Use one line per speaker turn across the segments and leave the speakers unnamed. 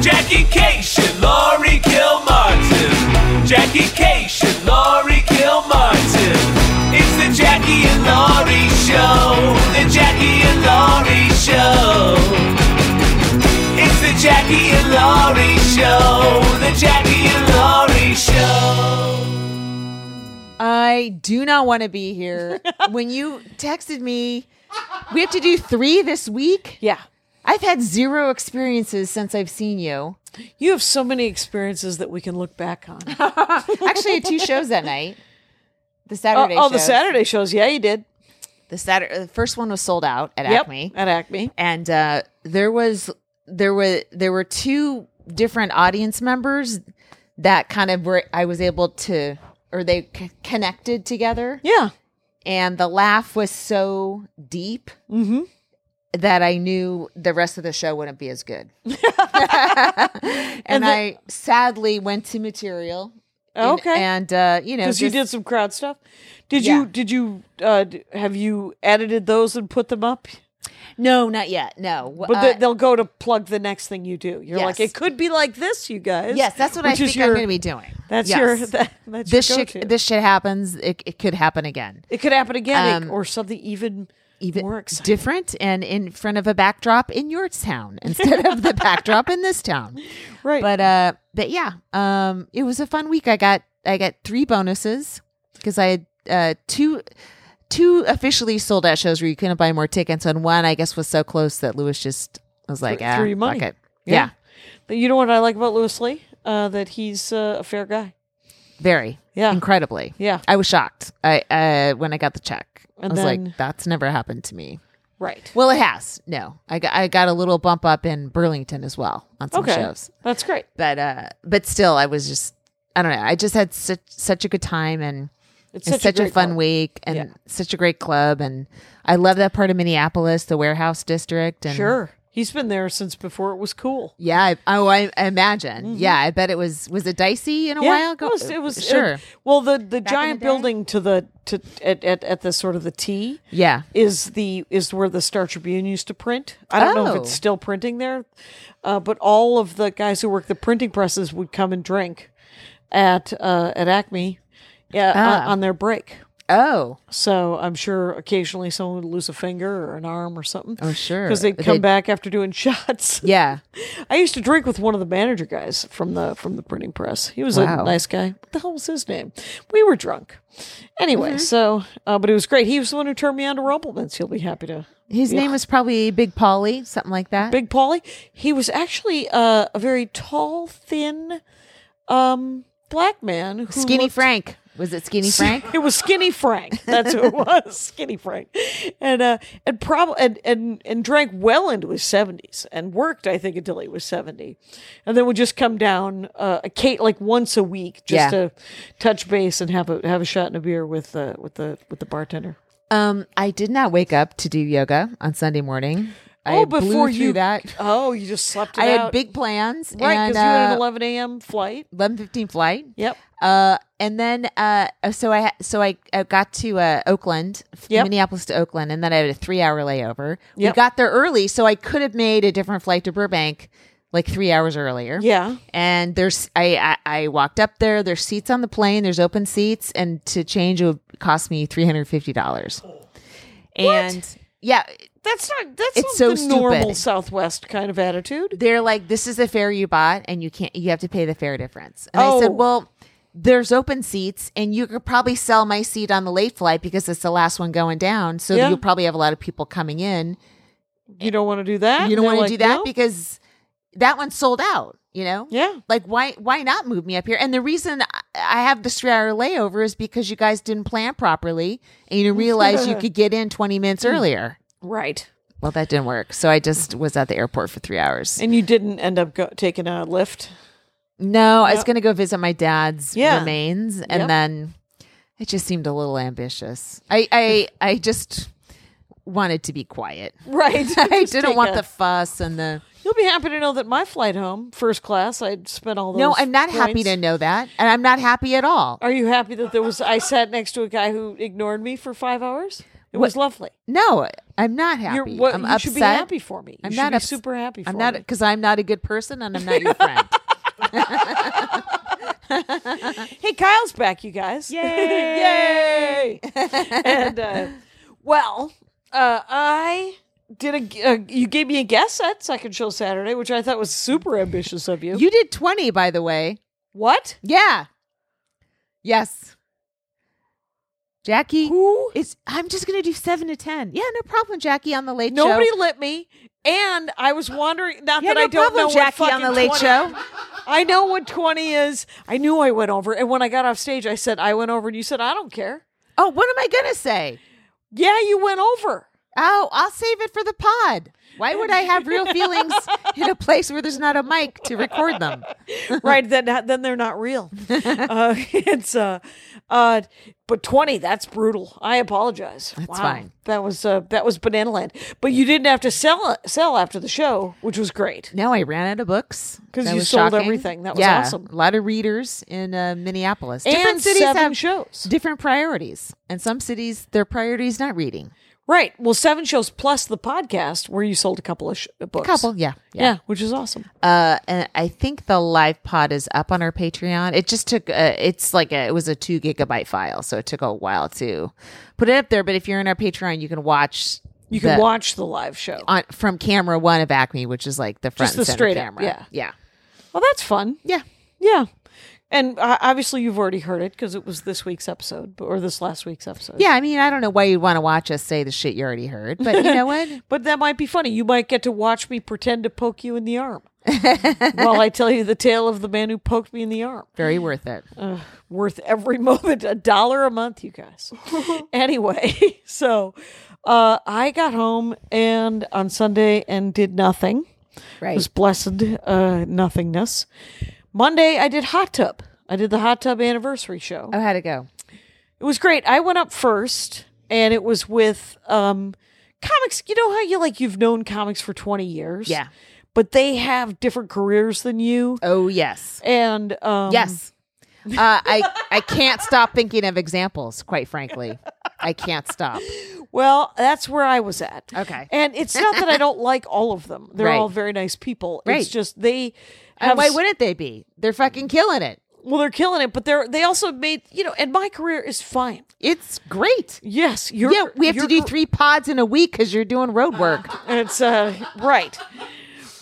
Jackie Cation, Laurie Kilmartin. Jackie Cation, Laurie Kilmartin. It's the Jackie and Laurie Show. The Jackie and Laurie Show. It's the Jackie and Laurie Show. The Jackie and Laurie Show.
I do not want to be here. when you texted me, we have to do three this week.
Yeah.
I've had zero experiences since I've seen you.
You have so many experiences that we can look back on. oh,
Actually, I had two shows that night. The Saturday.
oh, the
shows.
Saturday shows. Yeah, you did.
The Saturday. The first one was sold out at
yep.
Acme,
At Acme.
and uh, there was there were there were two different audience members that kind of were I was able to or they c- connected together.
Yeah.
and the laugh was so deep
Mm-hmm.
that I knew the rest of the show wouldn't be as good. and
And the-
I sadly went to material. and-
Okay.
and uh, you know,
Because you
just-
did some crowd stuff. Did
Yeah.
you? Did you? Uh, d- have you edited those and put them up?
no, not yet, no.
But
Uh,
they- they'll go to plug the next thing you do. You're like,
Yes.
it could be like this, you guys.
yes, that's what I
Which is
think I'm
your-
going to be doing.
That's
Yes.
your. That, that's
this
your
shit.
go-to.
This shit happens. It, it could happen again.
It could happen again, it-
Um,
or something even
Even
more exciting.
different and in front of a backdrop in your town instead of the backdrop in this town.
right?
but uh but yeah um it was a fun week i got i got three bonuses because i had uh two two officially sold out shows where you couldn't buy more tickets and one i guess was so close that lewis just was like
Threw-
ah,
threw you
fuck
money.
it. Yeah.
But you know what I like about Lewis Lee? Uh, that he's uh, a fair guy.
very
Yeah.
incredibly
Yeah.
i was shocked i uh when i got the check
And
i was
then-
like that's never happened to me
Right.
well it has no i got, I got a little bump up in burlington as well on some
Okay.
shows
That's great.
but uh but still i was just i don't know i just had such such a good time and
It's
it's
such
such,
a
a,
great
fun
club.
week and
Yeah.
such a great club and i love that part of minneapolis the warehouse district and
Sure. He's been there since before it was cool.
yeah I, oh I, I imagine yeah i bet it was was it dicey in a while ago
Mm-hmm. It was, it was
sure
it- well, the the giant
the day?
building to the to at, at at the sort of the T
yeah
is the is where the Star Tribune used to print. I don't know if
Oh.
it's still printing there, uh, but all of the guys who work the printing presses would come and drink at uh, at Acme, yeah,
Ah.
on, on their break.
oh
So I'm sure occasionally someone would lose a finger or an arm or something.
Oh, sure.
because they'd
But
come
they'd-
back after doing shots.
yeah
I used to drink with one of the manager guys from the from the printing press. He was a
Wow.
nice guy. What the hell was his name? We were drunk. Anyway,
Mm-hmm.
so uh, but it was great. He was the one who turned me on to Rumplemans. He'll be happy to.
his name was probably big polly something like that
Big Polly. He was actually uh, a very tall, thin, um, black man. Who
skinny
looked-
frank was it skinny frank
It was Skinny Frank. That's who it was, Skinny Frank, and uh, and probably and, and and drank well into his seventies and worked, I think, until he was seventy, and then would just come down uh, a Kate like once a week just
Yeah.
to touch base and have a have a shot and a beer with uh, with the with the bartender.
um i did not wake up to do yoga on sunday morning i
oh, before
blew through
you
that
oh, you just slept. It
i had
out.
big plans
right
and,
because you had an
uh,
eleven a.m. flight.
eleven fifteen flight.
Yep.
Uh, and then uh, so I so I, I got to uh, Oakland, f-
Yep.
Minneapolis to Oakland, and then I had a three hour layover.
Yep.
We got there early, so I could have made a different flight to Burbank, like three hours earlier.
Yeah.
And there's I, I I walked up there. There's seats on the plane. There's open seats, and to change it would cost me three hundred fifty dollars. And yeah,
That's not that's
It's
not
so
the normal
stupid.
Southwest kind of attitude.
they're like, "This is a fare you bought, and you can't. You have to pay the fare difference." And I
Oh.
said, "Well, there's open seats, and you could probably sell my seat on the late flight because it's the last one going down. So
Yeah.
you'll probably have a lot of people coming in.
You don't want to do that.
You don't
They're
want to
like,
do that
"No."
because that one's sold out. You know,
Yeah.
Like, why why not move me up here? And the reason I- I have this three hour layover is because you guys didn't plan properly, and you didn't realize you could get in twenty minutes
Mm.
earlier.
Right.
Well, that didn't work. So I just was at the airport for three hours.
And you didn't end up go- taking a lift.
No, I
Yep.
was going to go visit my dad's
Yeah.
remains, and
Yep.
then it just seemed a little ambitious. I I, I just wanted to be quiet.
Right.
I didn't want the fuss and the.
You'll be happy to know that my flight home, first class, I'd spent all those.
No, I'm not happy
points.
to know that, and I'm not happy at all.
Are you happy that there was? I sat next to a guy who ignored me for five hours. It was lovely.
No, I'm not
You're,
happy.
what,
I'm
you
upset.
should be happy for me. You
I'm
should
not
be
ups-
super happy for
I'm not
me.
because I'm not a good person and I'm not your friend.
Hey, Kyle's back, you guys. Yay! and, uh, well, uh, I did a, g- uh, you gave me a guess at Second Show Saturday, which I thought was super ambitious of you.
you did 20, by the way.
what?
Yeah. Yes. Jackie,
Who?
it's. I'm just gonna do seven to ten. Yeah, no problem, Jackie on the late
Nobody
show.
let me. And I was wondering, not
Yeah,
that
no
I don't
problem,
know
Jackie
what
on the
fucking
late
20
show.
I know what 20 is. I knew I went over. And when I got off stage, I said, I went over. And you said, I don't care.
Oh, what am I gonna say?
Yeah, you went over.
Oh, I'll save it for the pod. Why would I have real feelings in a place where there's not a mic to record them?
right then then they're not real uh, it's uh uh but 20 that's brutal i apologize that's
fine.
that was uh that was banana land but you didn't have to sell sell after the show which was great
No, I ran out of books
'Cause
That
you
was
sold
shocking.
everything. That was
Yeah,
awesome.
A lot of readers in uh, Minneapolis.
and
different cities
seven
have
shows
different priorities, and some cities their priority is not reading.
right well seven shows plus the podcast where you sold a couple of sh- uh, books
Couple, yeah,
yeah. which is awesome
Uh, and I think the live pod is up on our Patreon. It just took, uh, it's like a, it was a two gigabyte file, so it took a while to put it up there. But if you're in our Patreon, you can watch.
you can
the-
watch the live show
on from camera one of Acme, which is like the front
Just
and
the
center
straight up,
camera.
yeah.
yeah,
well that's fun
yeah.
yeah and uh, obviously you've already heard it because it was this week's episode or this last week's episode
Yeah, I mean, I don't know why you'd want to watch us say the shit you already heard, but you know what?
But that might be funny. You might get to watch me pretend to poke you in the arm while I tell you the tale of the man who poked me in the arm.
Very worth it.
Ugh, worth every moment, a dollar a month, you guys. anyway, so uh, I got home and on Sunday and did nothing. It
Right.
was blessed uh, nothingness. Monday, I did hot tub. I did the hot tub anniversary show.
Oh, how'd it go?
It was great. I went up first, and it was with um, comics. You know how you like you've known comics for twenty years,
Yeah.
but they have different careers than you,
Oh, yes.
and um,
Yes. Uh, I I can't stop thinking of examples. Quite frankly, I can't stop.
well, that's where I was at.
Okay.
and it's not that I don't like all of them; they're
Right.
all very nice people.
Right.
It's just they
And
have
why
s-
wouldn't they be? They're fucking killing it.
well, they're killing it, but they're they also made you know. And my career is fine.
It's great.
Yes, you're,
Yeah, we have to
your
do
car-
three pods in a week because you're doing road work.
It's uh right.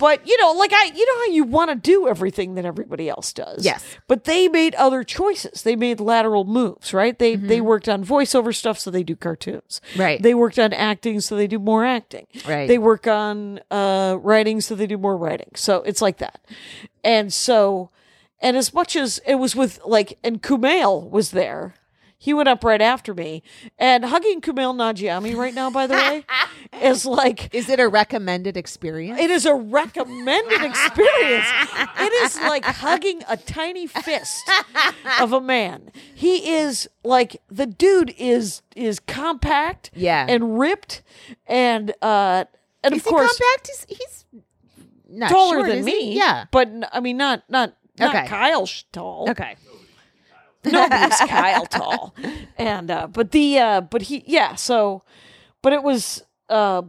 But you know, like I you know how you want to do everything that everybody else does.
Yes.
But they made other choices. They made lateral moves, right? They they worked on voiceover stuff, so they do cartoons.
Mm-hmm. Right.
They worked on acting, so they do more acting.
Right.
They work on uh writing, so they do more writing. So it's like that. And so and as much as it was with like and Kumail was there. He went up right after me. And hugging Kumail Najiami right now, by the way, is like
Is it a recommended experience?
it is a recommended experience. It is like hugging a tiny fist of a man. He is like the dude is is compact,
Yeah.
and ripped, and uh, and
Is
of course
he compact? He's, he's not
taller
short,
than
is he?
me.
Yeah.
but n- I mean not not not
Okay.
Kyle sh- tall.
Okay.
Nobody's Kyle tall, and uh, but the uh, but he yeah so, but it was uh,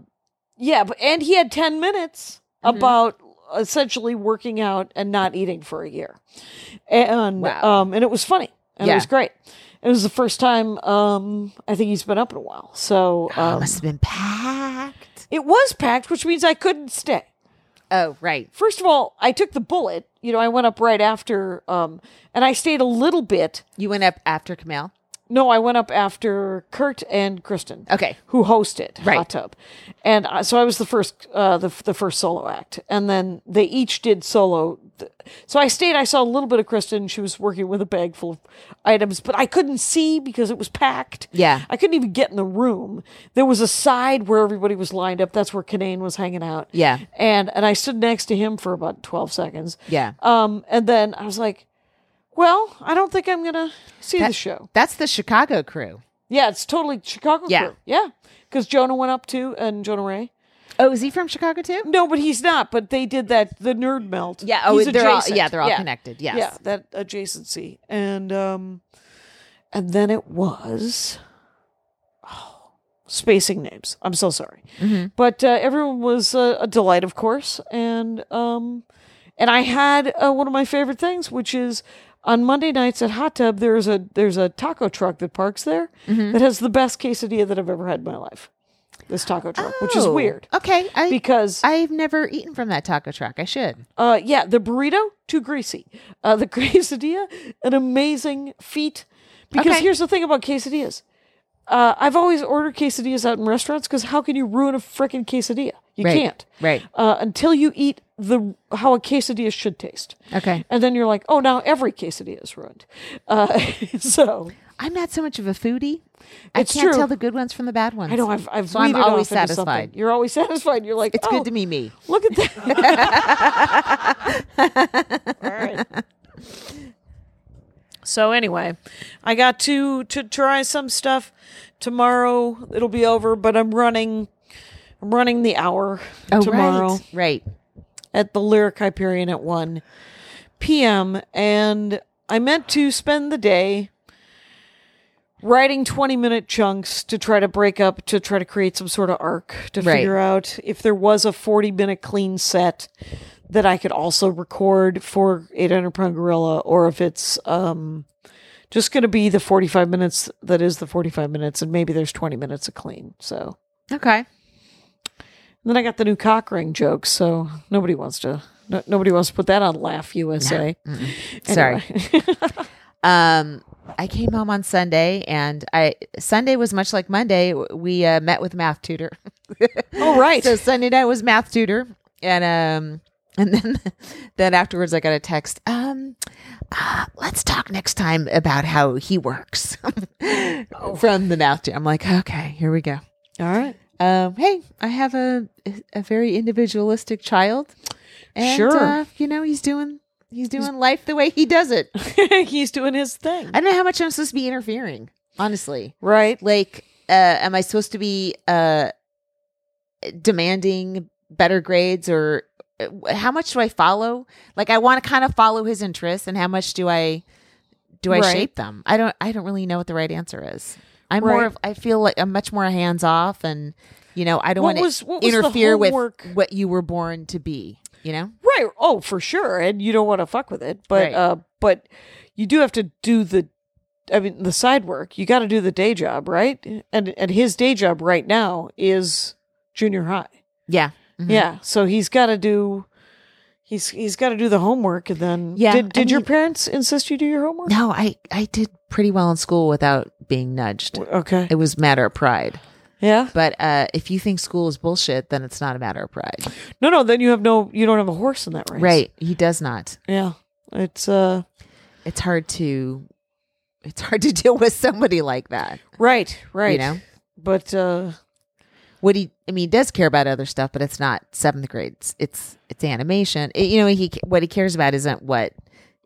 yeah but and he had ten minutes about essentially working out and not eating for a year, and
Wow.
um and it was funny and
Yeah.
it was great. It was the first time um I think he's been up in a while, so um,
Must have been packed.
it was packed, which means I couldn't stay
Oh, right.
first of all, I took the bullet. You know, I went up right after, um, and I stayed a little bit.
You went up after Camille.
No, I went up after Kurt and Kristen.
Okay.
who hosted
Right.
Hot Tub, and I, so I was the first, uh, the the first solo act, and then they each did solo. th- So I stayed. I saw a little bit of Kristen. She was working with a bag full of items, but I couldn't see because it was packed.
Yeah.
I couldn't even get in the room. There was a side where everybody was lined up. That's where Kanane was hanging out.
Yeah.
and and I stood next to him for about twelve seconds.
Yeah.
Um, and then I was like, well, I don't think I'm gonna see the show.
That's the Chicago crew.
Yeah, it's totally Chicago
Yeah.
crew. Yeah. Because Jonah went up too, and Jonah Ray.
Oh, is he from Chicago too?
No, but he's not. But they did that the nerd melt.
Yeah, oh,
He's
they're all-
adjacent.
yeah, they're all connected, yes.
Yeah, that adjacency, and um, and then it was. Oh, spacing names. I'm so sorry.
Mm-hmm.
But uh, everyone was uh, a delight, of course, and um, and I had uh, one of my favorite things, which is on Monday nights at Hot Tub. There's a there's a taco truck that parks there
Mm-hmm.
that has the best quesadilla that I've ever had in my life. This taco truck, which is
Oh,
weird
Okay, I
because
I've never eaten from that taco truck. I should.
uh, yeah, the burrito too greasy. Uh, the quesadilla, an amazing feat. Because
Okay.
here's the thing about quesadillas. Uh, I've always ordered quesadillas out in restaurants because how can you ruin a frickin' quesadilla? You
Right,
can't.
right.
Uh, until you eat the how a quesadilla should taste.
Okay.
And then you're like, oh, now every quesadilla is ruined. Uh, so
I'm not so much of a foodie. I
It's
can't
true.
tell the good ones from the bad ones.
I know I've I've
so I'm
weeded off
always
into something.
satisfied.
You're always satisfied. You're like,
It's
oh,
good to be me.
Look at that. All right. So anyway, I got to to try some stuff tomorrow. It'll be over, but I'm running I'm running the hour
Oh,
tomorrow
right, right.
at the Lyric Hyperion at 1 p.m. and I meant to spend the day writing 20 minute chunks to try to break up to try to create some sort of arc to
Right.
figure out if there was a 40 minute clean set that I could also record for 800 pound gorilla or if it's um just going to be the 45 minutes that is the 45 minutes and maybe there's 20 minutes of clean so
Okay.
and then I got the new cock ring joke, so nobody wants to no, nobody wants to put that on Laugh USA.
Sorry.
Anyway.
um i came home on sunday and i sunday was much like monday we uh, met with math tutor
All right.
so sunday night was math tutor and um and then then afterwards i got a text um uh, let's talk next time about how he works from the math tutor i'm like okay here we go
All right.
um hey i have a a very individualistic child and
Sure.
uh, you know he's doing he's doing life the way he does it
He's doing his thing.
I don't know how much I'm supposed to be interfering, honestly.
right.
Like, uh, am I supposed to be uh, demanding better grades or uh, how much do I follow? Like, I want to kind of follow his interests, and how much do I do I
Right.
shape them? I don't. I don't really know what the right answer is. I'm more
Right.
of. I feel like I'm much more hands off, and you know, I don't
What
want
was-
to
what was the
interfere with
homework?
what you were born to be. You know,
Right. Oh, for sure. And you don't want to fuck with it, but
Right.
uh but you do have to do the I mean the side work. You got to do the day job, right? And and his day job right now is junior high.
yeah, Mhm.
Yeah. So he's got to do He's he's got to do the homework and then
Yeah,
Did,
I
did your
mean-
parents insist you do your homework?
No, I I did pretty well in school without being nudged.
Okay.
It was matter of pride.
Yeah.
But uh, if you think school is bullshit, then it's not a matter of pride.
No, no. Then you have no. You don't have a horse in that race.
Right. He does not.
Yeah. It's uh.
It's hard to it's hard to deal with somebody like that.
Right. Right.
You know?
But uh.
What he I mean, he does care about other stuff, but it's not seventh grade. It's it's, it's animation. It- you know, he what he cares about isn't what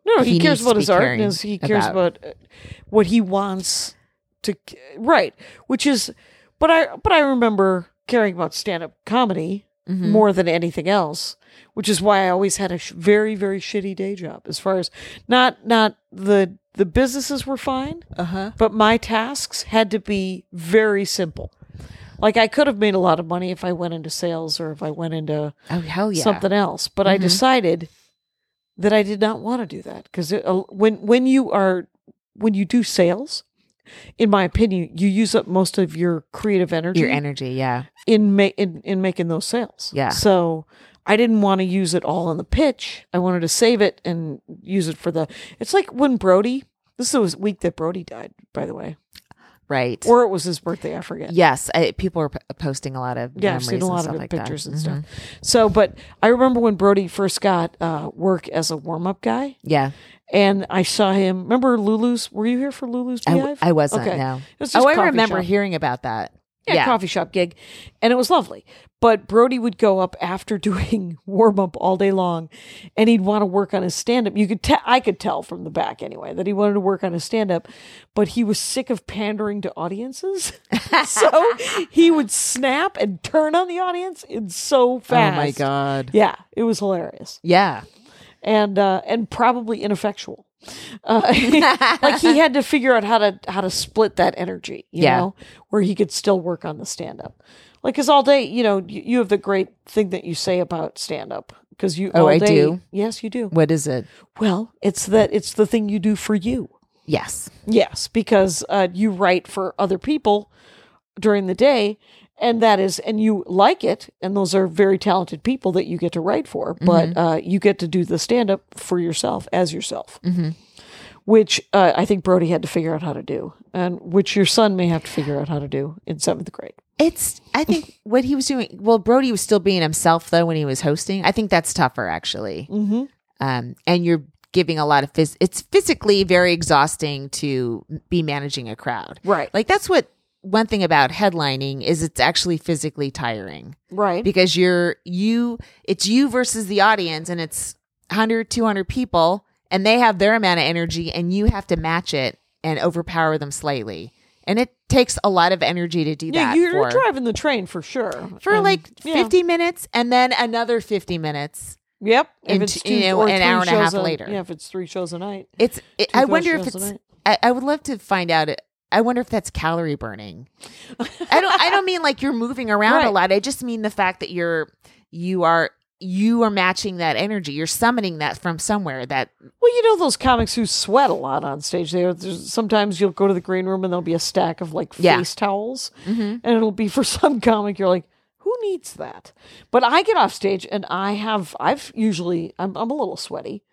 No, he,
He needs
cares
to
about
be
his art.
caring
and his- He cares
about-
about, uh what he wants to. c- Right. Which is, but I but I remember caring about stand up comedy
Mm-hmm.
more than anything else. Which is why I always had a sh- very very shitty day job. As far as not not the the businesses were fine.
uh huh.
but my tasks had to be very simple. Like I could have made a lot of money if I went into sales or if I went into
Oh hell yeah. Mm-hmm.
something else, but I decided that I did not want to do that because when when you are when you do sales, in my opinion, you use up most of your creative energy,
Your energy, yeah.
in, ma- in in making those sales.
Yeah.
So I didn't want to use it all on the pitch. I wanted to save it and use it for the. It's like when Brody. This was the week that Brody died, by the way
Right.
or it was his birthday. I forget.
yes. I, people are p- posting a lot of
Yeah, I've
memories
seen a
and
lot
stuff
of it,
like
pictures
that. Mm-hmm.
and stuff. So, but I remember when Brody first got uh, work as a warm up guy,
Yeah.
and I saw him. Remember Lulu's? Were you here for Lulu's?
I,
Beehive?
w- I wasn't.
Okay.
No.
It was just
Oh, I
coffee
remember
shop.
hearing about that.
yeah, coffee shop gig, and it was lovely. But Brody would go up after doing warm up all day long, and he'd want to work on his stand up. You could tell, I could tell from the back anyway that he wanted to work on his stand up, but he was sick of pandering to audiences, so he would snap and turn on the audience in so fast.
Oh my god.
Yeah, it was hilarious
Yeah.
and uh, and probably ineffectual. Uh, like he had to figure out how to how to split that energy, you
Yeah.
know, where he could still work on the stand up. Like, cause all day, you know, you, you have the great thing that you say about stand up, because you.
Oh,
all
I
day-
do?
Yes, you do.
What is it?
Well, it's that it's the thing you do for you.
Yes.
Yes, because uh, you write for other people during the day, and that is, and you like it, and those are very talented people that you get to write for,
Mm-hmm.
but uh, you get to do the stand up for yourself as yourself,
Mm-hmm.
which uh, I think Brody had to figure out how to do, and which your son may have to figure out how to do in seventh grade.
It's I think what he was doing well, Brody was still being himself though when he was hosting. I think that's tougher actually.
Mm-hmm.
Um and you're giving a lot of phys- it's physically very exhausting to be managing a crowd.
Right.
Like that's what one thing about headlining is it's actually physically tiring
right.
because you're you it's you versus the audience and it's 100 200 people and they have their amount of energy and you have to match it and overpower them slightly. And it takes a lot of energy to do
yeah,
that.
you're
for-
driving the train for sure
for
And-
like
yeah.
50 minutes and then another 50 minutes
Yep, if
and
it's
t- you know,
or
an
three
hour and a
shows
half later.
Yeah, if it's three shows a night.
it's it,
Two
i
fast
wonder if
shows a
it's
night.
I, I would love to find out it- i wonder if that's calorie burning i don't i don't mean like you're moving around a
Right.
lot i just mean the fact that you're you are you are matching that energy you're summoning that from somewhere that
Well, you know those comics who sweat a lot on stage. They are, there's- sometimes you'll go to the green room and there'll be a stack of like
Yeah. Mm-hmm.
face towels, and it'll be for some comic. You're like, who needs that? But I get off stage and I have I've usually I'm I'm a little sweaty.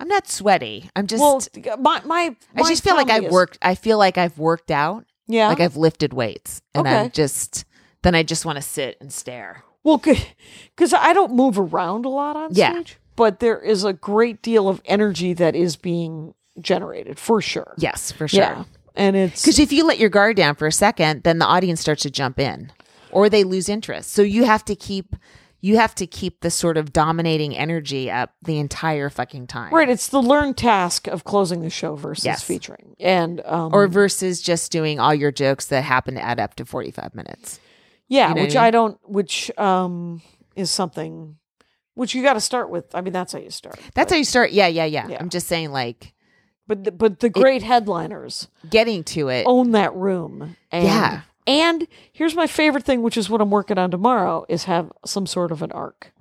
i'm not sweaty i'm just
Well, my my,
i
my
just feel like
comedy
i've
is-
worked i feel like i've worked out
Yeah.
like i've lifted weights and i'm
Okay.
just then i just want to sit and stare
Well, because I don't move around a lot on
Yeah.
stage, but there is a great deal of energy that is being generated for sure.
yes for sure
and it's
Because if you let your guard down for a second, then the audience starts to jump in, or they lose interest. So you have to keep you have to keep the sort of dominating energy up the entire fucking time,
right. It's the learned task of closing the show versus
Yes.
featuring, and um,
Or versus just doing all your jokes that happen to add up to forty five minutes.
Yeah,
know what
which
I mean?
I don't. Which um is something which you got to start with. I mean, that's how you start.
That's how you start. Yeah, yeah, yeah.
Yeah.
I'm just saying, like
But the, but the great headliners
getting to it.
own that room. And,
Yeah.
And here's my favorite thing, which is what I'm working on tomorrow, is have some sort of an arc.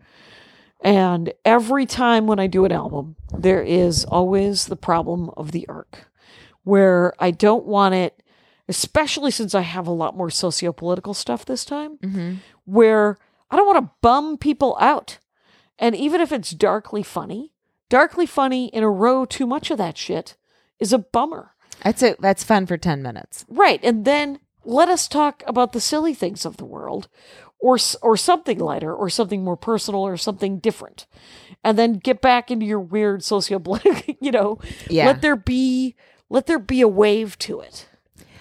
And every time when I do an album, there is always the problem of the arc, where I don't want it, especially since I have a lot more socio-political stuff this time, where I don't want to bum people out. And even if it's darkly funny, darkly funny in a row too much of that shit is a bummer.
That's it. That's fun for ten minutes.
Right, and then let us talk about the silly things of the world, or s- or something lighter, or something more personal, or something different, and then get back into your weird sociopolitical. You know,
Yeah.
Let there be let there be a wave to it,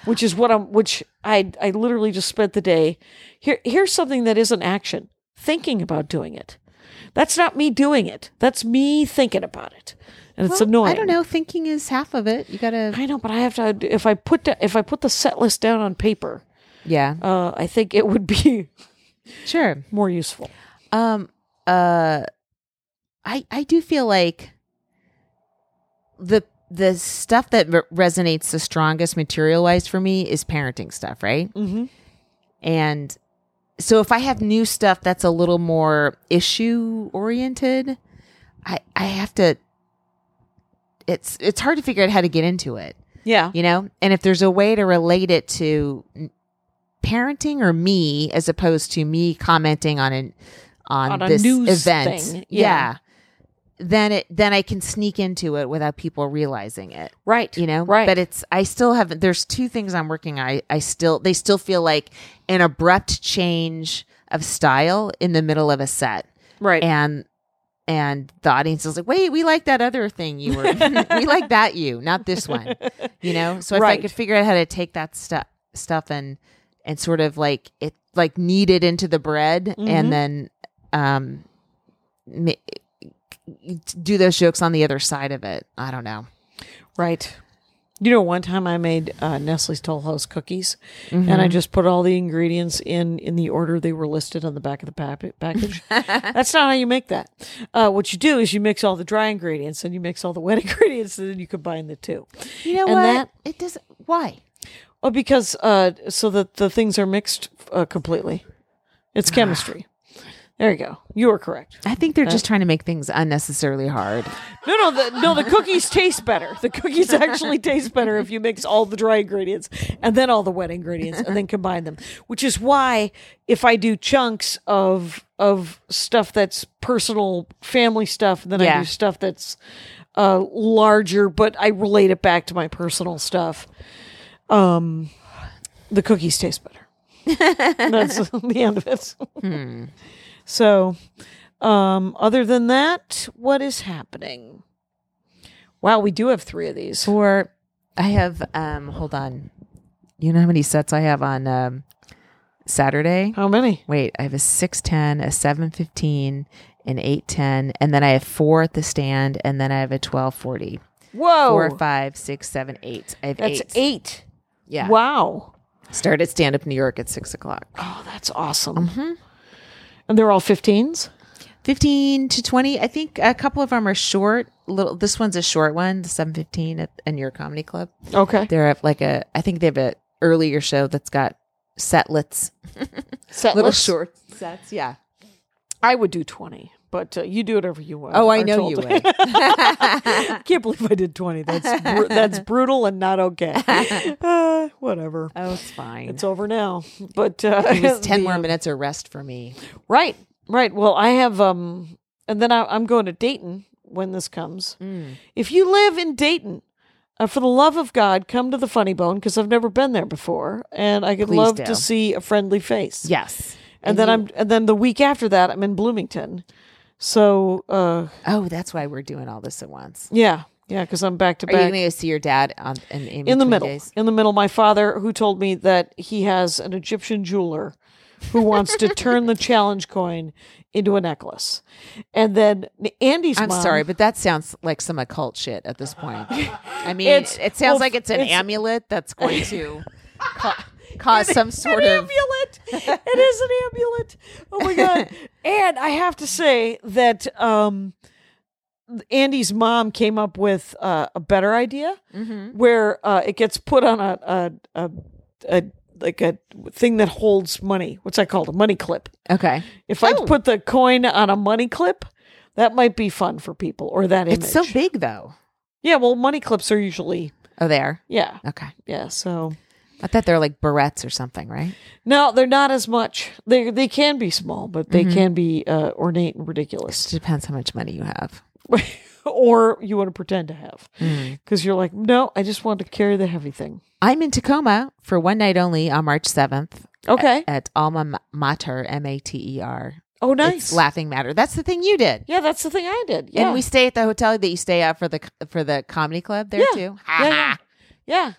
which is what I'm. Which I I literally just spent the day. Here here's something that isn't action. Thinking about doing it. That's not me doing it. That's me thinking about it, and it's
Well,
annoying.
I don't know. Thinking is half of it. You gotta.
I know, but I have to. If I put da- if I put the set list down on paper,
Yeah,
uh, I think it would be
sure.
more useful.
Um uh I I do feel like the the stuff that re- resonates the strongest material wise for me is parenting stuff, right?
Mm-hmm.
And so if I have new stuff that's a little more issue oriented, I I have to it's it's hard to figure out how to get into it,
Yeah.
you know? And if there's a way to relate it to n- parenting or me as opposed to me commenting on an on,
On a
this
news
event.
thing,
Yeah.
yeah.
Then it then I can sneak into it without people realizing it.
Right.
You know?
Right.
But it's I still haven't there's two things I'm working on. I, I still they still feel like an abrupt change of style in the middle of a set.
right.
And and the audience is like, wait, we like that other thing you were we like that you, not this one. You know? So if I
Right.
could figure out how to take that stuff stuff and and sort of like it like knead it into the bread and then um ma- do those jokes on the other side of it. I don't know.
right. You know, one time I made uh, Nestle's Toll House cookies, and I just put all the ingredients in in the order they were listed on the back of the pack- package. That's not how you make that. Uh, what you do is you mix all the dry ingredients and you mix all the wet ingredients, and then you combine the two.
You know
and
what?
That,
it doesn't. Why?
well, because uh, so that the things are mixed uh, completely. It's chemistry. there you go. You are correct.
I think they're just trying to make things unnecessarily hard.
No, no, the, no. The cookies taste better. The cookies actually taste better if you mix all the dry ingredients and then all the wet ingredients and then combine them. Which is why if I do chunks of of stuff that's personal family stuff, and then I
Yeah.
do stuff that's uh, larger, but I relate it back to my personal stuff. Um, the cookies taste better. That's the end of it. So, um, other than that, what is happening? Wow, we do have three of these.
For I have um hold on. You know how many sets I have on um Saturday?
How many?
Wait, I have a 610, a 715, an 810, and then I have four at the stand and then I have a 1240.
Whoa,
Four, five, six, seven, eight. I have
Oh. that's eight.
eight. Yeah.
Wow,
Start at Stand Up New York at six o'clock.
oh, that's awesome.
Mm-hmm.
And they're all 15s.
15 to 20. I think a couple of them are short. Little. This one's a short one, the 715 at, in your comedy club.
Okay,
They're at like a, I think they have a earlier show that's got setlets,
Set
little
list.
short sets. Yeah.
I would do 20, but uh, you do whatever you want.
Oh, I
are
know
told.
you would.
I can't believe I did 20. That's br- that's brutal and not okay. Uh, whatever.
Oh, it's fine.
It's over now. But uh,
it was 10
the-
more minutes of rest for me.
Right. Right. Well, I have um and then I, I'm going to Dayton when this comes.
Mm.
If you live in Dayton, uh, for the love of God, come to the Funny Bone because I've never been there before, and I could
Please
love
do.
to see a friendly face.
Yes.
and, then I'm and then the week after that, I'm in Bloomington. So uh,
Oh, that's why we're doing all this at once.
yeah, yeah, because I'm back to
Are you
back.
going to go see your dad on, in, in,
in the
between
middle
days?
in the middle my father who told me that he has an egyptian jeweler who wants to turn the challenge coin into a necklace and then andy's
I'm
mom-
sorry, but that sounds like some occult shit at this point. I mean,
It's-
it sounds
well,
like it's an
it's-
amulet that's going to ca- cause some sort
an
of.
amulet it is an amulet oh my god and i have to say that um Andy's mom came up with uh, a better idea,
Mm-hmm.
where uh, it gets put on a, a, a, a like a thing that holds money. What's that called? A money clip.
Okay.
If
Oh.
I put the coin on a money clip, that might be fun for people or that image.
It's so big, though.
yeah, well, money clips are usually
Oh, there.
yeah,
Okay.
yeah. So
I thought they were like barrettes or something, right?
no, they're not as much. They they can be small, but
Mm-hmm.
they can be uh, ornate and
It
ridiculous,
depends how much money you have.
or you want to pretend to have
Mm.
because you're like, no, I just want to carry the heavy thing.
I'm in Tacoma for one night only on March 7th
Okay.
at Alma Mater, M A T E R.
oh,
Uh, It's
nice.
Laughing Matter. That's the thing you did.
yeah, that's the thing I did. Yeah.
And we stay at the hotel that you stay at for the for the comedy club there
yeah.
too.
Yeah, yeah. yeah.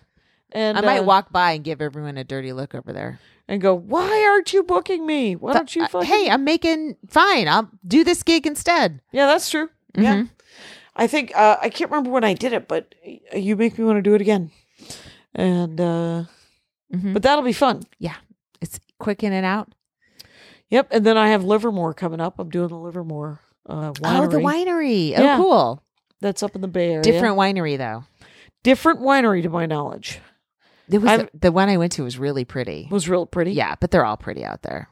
And
I might
uh,
walk by and give everyone a dirty look over there.
and go. Why aren't you booking me? Why don't you
Uh,
fucking
hey, I'm making fine. I'll do this gig instead.
Yeah, that's true. Yeah.
Mm-hmm.
I think uh, I can't remember when I did it, but y- you make me want to do it again. And uh
Mm-hmm.
but that'll be fun.
Yeah, it's quick in and out.
Yep, and then I have Livermore coming up. I'm doing the Livermore uh winery.
Oh, the winery. Oh,
Yeah.
cool.
that's up in the Bay Area.
Different winery though.
different winery to my knowledge.
It was
I've-
the one I went to was really pretty.
Was real pretty.
Yeah, but they're all pretty out there.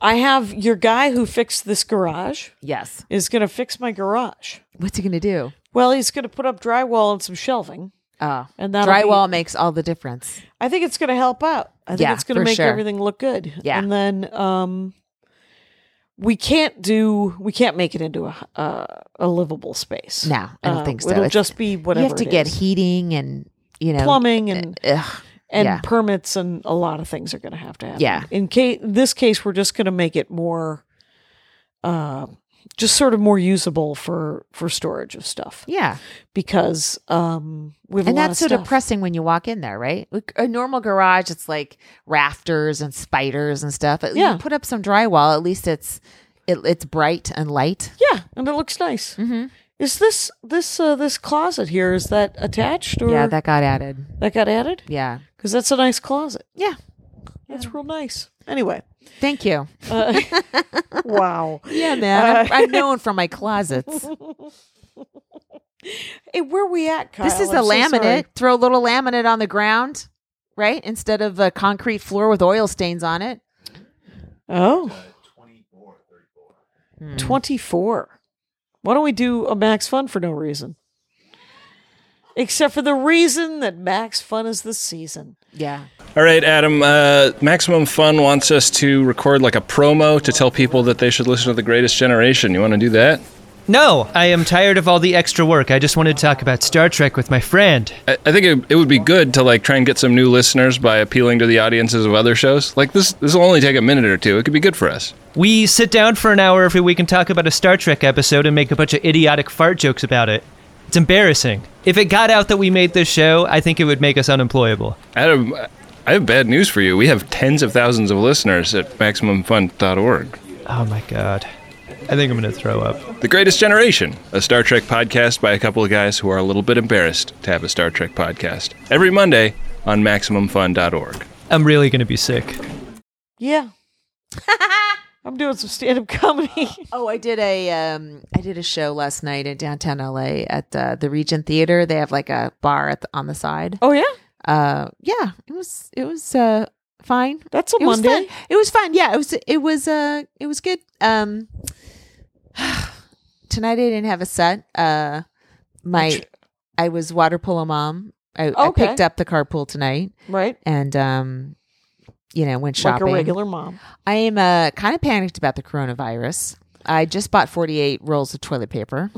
I have your guy who fixed this garage
Yes.
is going to fix my garage.
What's he gonna do?
Well, he's going to put up drywall and some shelving.
Oh,
And that'll be-
drywall makes all the difference.
I think it's going to help out. I think
Yeah,
it's going to
for
make
sure.
everything look good.
Yeah.
And then um, we can't do we can't make it into a uh, a livable space.
No, I don't
Uh,
think so.
It'll
It's-
just be whatever
you have to
it
get
is.
heating and you know
plumbing and
Ugh.
and
yeah.
permits and a lot of things are going to have to happen.
Yeah.
In case this case, we're just going to make it more, uh, just sort of more usable for for storage of stuff
Yeah.
because um we have a
And
lot
that's so
of stuff.
depressing when you walk in there, right? Like, A normal garage, it's like rafters and spiders and stuff. But
Yeah.
You put up some drywall, at least it's it, it's bright and light.
Yeah, and it looks nice. Is this this uh, this closet here? Is that attached or
Yeah, that got added.
that got added?
Yeah.
Because that's a nice closet.
Yeah.
That's real nice. Anyway,
Thank you.
uh, wow.
Yeah, man. I'm,
Uh,
I'm known for my closets.
Hey, where we at, Kyle?
This is
I'm
the
so
laminate.
sorry.
Throw a little laminate on the ground, right? Instead of a concrete floor with oil stains on it.
Oh. Hmm. 24. Why don't we do a Max Fun for no reason? Except for the reason that Max Fun is the season.
Yeah.
All right, Adam. Uh, Maximum Fun wants us to record like a promo to tell people that they should listen to The Greatest Generation. You want to do that?
No, I am tired of all the extra work. I just wanted to talk about Star Trek with my friend.
I, I think it, it would be good to like try and get some new listeners by appealing to the audiences of other shows. Like this, this will only take a minute or two. It could be good for us.
We sit down for an hour every week and talk about a Star Trek episode and make a bunch of idiotic fart jokes about it. It's embarrassing. If it got out that we made this show, I think it would make us unemployable.
Adam, I have bad news for you. We have tens of thousands of listeners at MaximumFun.org.
Oh my god. I think I'm gonna throw up.
The Greatest Generation, a Star Trek podcast by a couple of guys who are a little bit embarrassed to have a Star Trek podcast. Every Monday on MaximumFun.org.
I'm really gonna be sick.
Yeah. I'm doing some stand up comedy.
Oh, I did a um, I did a show last night in downtown LA at uh, the Regent Theater. They have like a bar at the, on the side.
Oh, yeah?
Uh, yeah, it was it was uh fine.
That's a
it was
Monday.
fun. It was fun. Yeah, it was it was uh it was good. Um, tonight I didn't have a set. Uh, my I was water polo mom. I, I
Okay.
picked up the carpool tonight
Right?
and um, you know went shopping.
Like a regular mom.
I am uh, kind of panicked about the coronavirus. I just bought 48 rolls of toilet paper.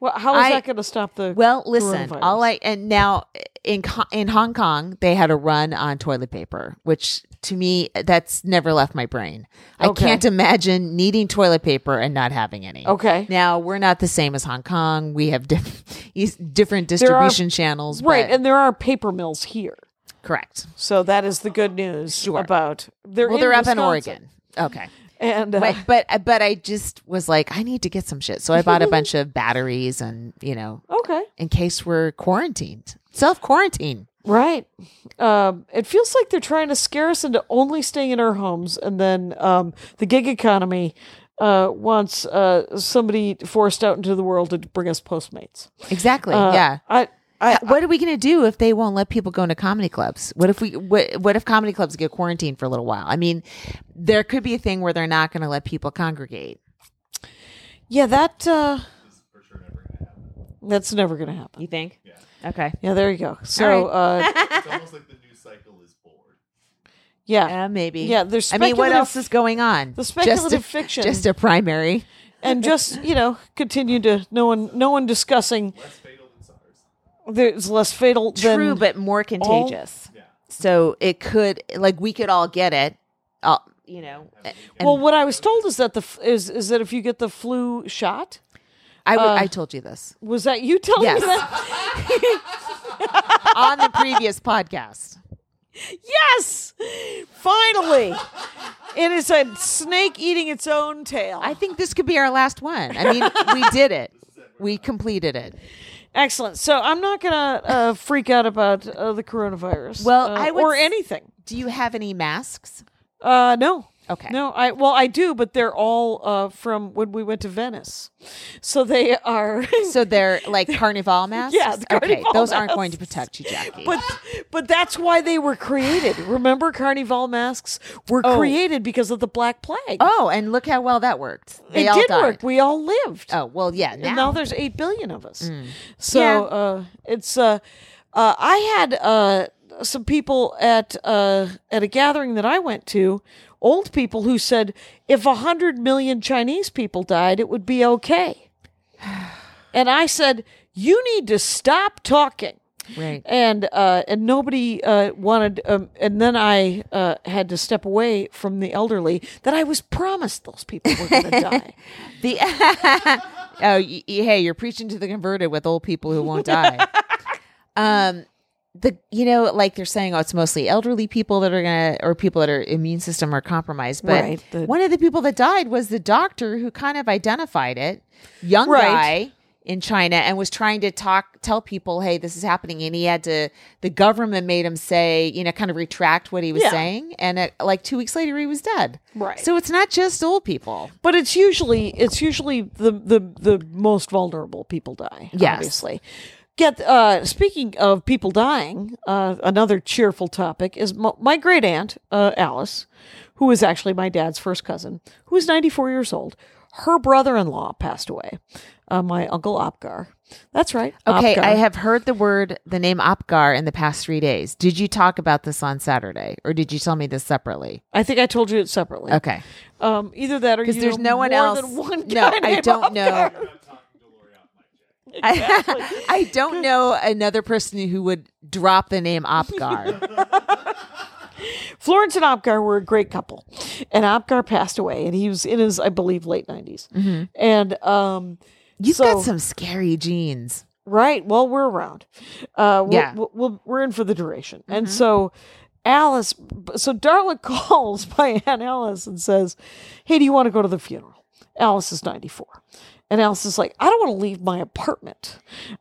Well, how is
I-
that going to stop the.
Well, listen,
Coronavirus.
all I and now in Co- in Hong Kong they had a run on toilet paper, which to me that's never left my brain. I
Okay.
can't imagine needing toilet paper and not having any.
Okay.
Now we're not the same as Hong Kong. We have diff- is- different
There are-
distribution channels,
Right.
but-
And there are paper mills here.
correct.
So that is the good news about. They're
Well,
in
they're up in
Wisconsin.
Oregon. Okay.
And uh,
but but but I just was like, I need to get some shit. So I bought a bunch of batteries and you know,
okay,
in case we're quarantined, self quarantine.
right. Um, it feels like they're trying to scare us into only staying in our homes, and then um, the gig economy uh, wants uh, somebody forced out into the world to bring us Postmates.
Exactly.
Uh,
yeah.
I, I,
uh, what are we going to do if they won't let people go into comedy clubs? What if we what, what if comedy clubs get quarantined for a little while? I mean, there could be a thing where they're not going to let people congregate.
yeah, that. Uh, that's never going to happen.
You think? Okay.
Yeah, there you go. So, uh, yeah,
Uh, maybe.
Yeah, there's
I mean, what
speculative-
else is going on?
the speculative
just a,
fiction.
Just a primary.
and just you know, continue to no one, no one discussing. There's less fatal than
True, but more contagious. So it could, like, we could all get it. All, you know. and-
well, what I was told is that the f- is is that if you get the flu shot,
I, w- I told you this
was that you telling
Yes.
me that?
on the previous podcast.
Yes, finally, it is a snake eating its own tail.
I think this could be our last one. I mean, we did it. We completed it.
Excellent. So I'm not gonna uh, freak out about uh, the coronavirus.
Well,
uh,
I would
or
s-
anything.
Do you have any masks?
Uh, no.
Okay.
No, I well I do, but they're all uh, from when we went to Venice, so they are.
So they're like carnival masks?
Yeah, the
okay.
carnival
Those aren't going to
masks.
protect you, Jackie.
But but that's why they were created. Remember, carnival masks were created because of the Black Plague.
oh, and look how well that worked. They
it
all
did
died.
work. We all lived.
Oh, well, yeah. Now.
and now there's eight billion of us. So
Yeah.
uh, it's uh, uh, I had uh, some people at uh, at a gathering that I went to, old people who said if a hundred million Chinese people died, it would be okay. And I said, you need to stop talking
right.
and uh, and nobody uh, wanted. Um, and then I uh, had to step away from the elderly that I was promised those people were going to die.
The oh, y- y- hey, you're preaching to the converted with old people who won't die. um, the you know like they're saying oh it's mostly elderly people that are gonna or people that are immune system are compromised but
Right, the-
one of the people that died was the doctor who kind of identified it young
Right.
guy in china and was trying to talk tell people hey this is happening and he had to the government made him say you know kind of retract what he was
Yeah.
saying and it, like two weeks later he was dead
Right.
so it's not just old people
But it's usually it's usually the the the most vulnerable people die.
Yes.
Obviously. Get uh, speaking of people dying, uh, another cheerful topic is my, my great aunt uh, Alice, who is actually my dad's first cousin, who is ninety four years old. Her brother in law passed away. Uh, my uncle Opgar. That's right.
okay
Opgar.
i have heard the word the name opgar in the past three days did you talk about this on saturday or did you tell me this separately
I think I told you it separately.
Okay.
Um, either that or you
Because there's
know
no one
more
else.
Than one
no,
guy
I
named
don't know.
Opgar.
I, I don't know another person who would drop the name Opgar.
Florence and Opgar were a great couple, and Opgar passed away, and he was in his, I believe, late 90s
Mm-hmm.
And um,
You've
so-
got some scary genes.
right, well, we're around. Uh, we'll,
Yeah. Mm-hmm.
we'll, we'll, we're in for the duration, and so Alice, so Darla calls my aunt Alice and says, "Hey, do you want to go to the funeral?" Alice is 94. And Alice is like, I don't want to leave my apartment.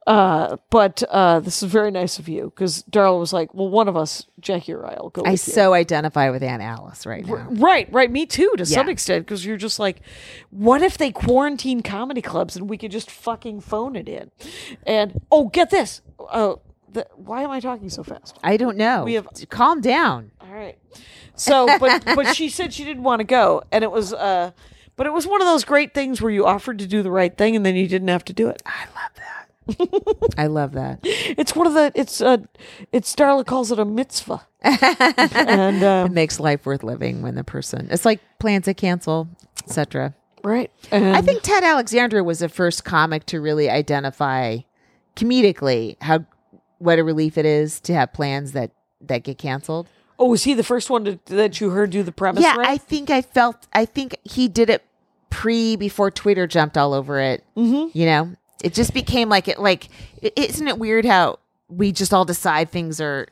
Uh, but uh, this is very nice of you. Because Darla was like, Well, one of us, Jackie or I, will go.
I
with you."
so identify with Aunt Alice right now.
Right, right. Me too, to some
Yeah.
extent, because you're just like, what if they quarantine comedy clubs and we could just fucking phone it in? And oh, get this. Oh, the, why am I talking so fast?
I don't know.
We have-
Calm down.
All right. So, but but she said she didn't want to go, and it was uh, but it was one of those great things where you offered to do the right thing and then you didn't have to do it.
I love that.
It's one of the it's uh, it's Starla calls it a mitzvah, and uh,
It makes life worth living when the person. It's like plans to cancel, etc.
right. And,
I think Ted Alexander was the first comic to really identify comedically how what a relief it is to have plans that that get canceled.
oh, was he the first one to, that you heard do the premise?
yeah,
right?
I think I felt. I think he did it pre before Twitter jumped all over it. Mm-hmm. You know, it just became like it. Like, i- isn't it weird how we just all decide things are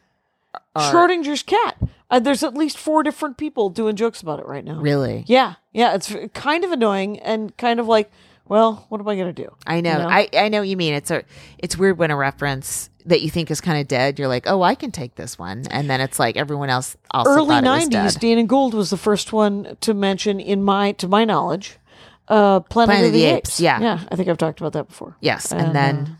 Schrodinger's cat. Uh, there's at least four different people doing jokes about it right now.
really?
Yeah, yeah. It's kind of annoying and kind of like, well, what am I gonna do?
I know.
You know?
I I know what you mean. It's a. It's weird when a reference that you think is kind of dead. You're like, oh, I can take this one, and then it's like everyone else also
Early
thought it was
'90s.
dead.
Dana Gould was the first one to mention, in my to my knowledge, uh, Planet, of the, Apes.
yeah.
yeah. I think I've talked about that before.
Yes, and then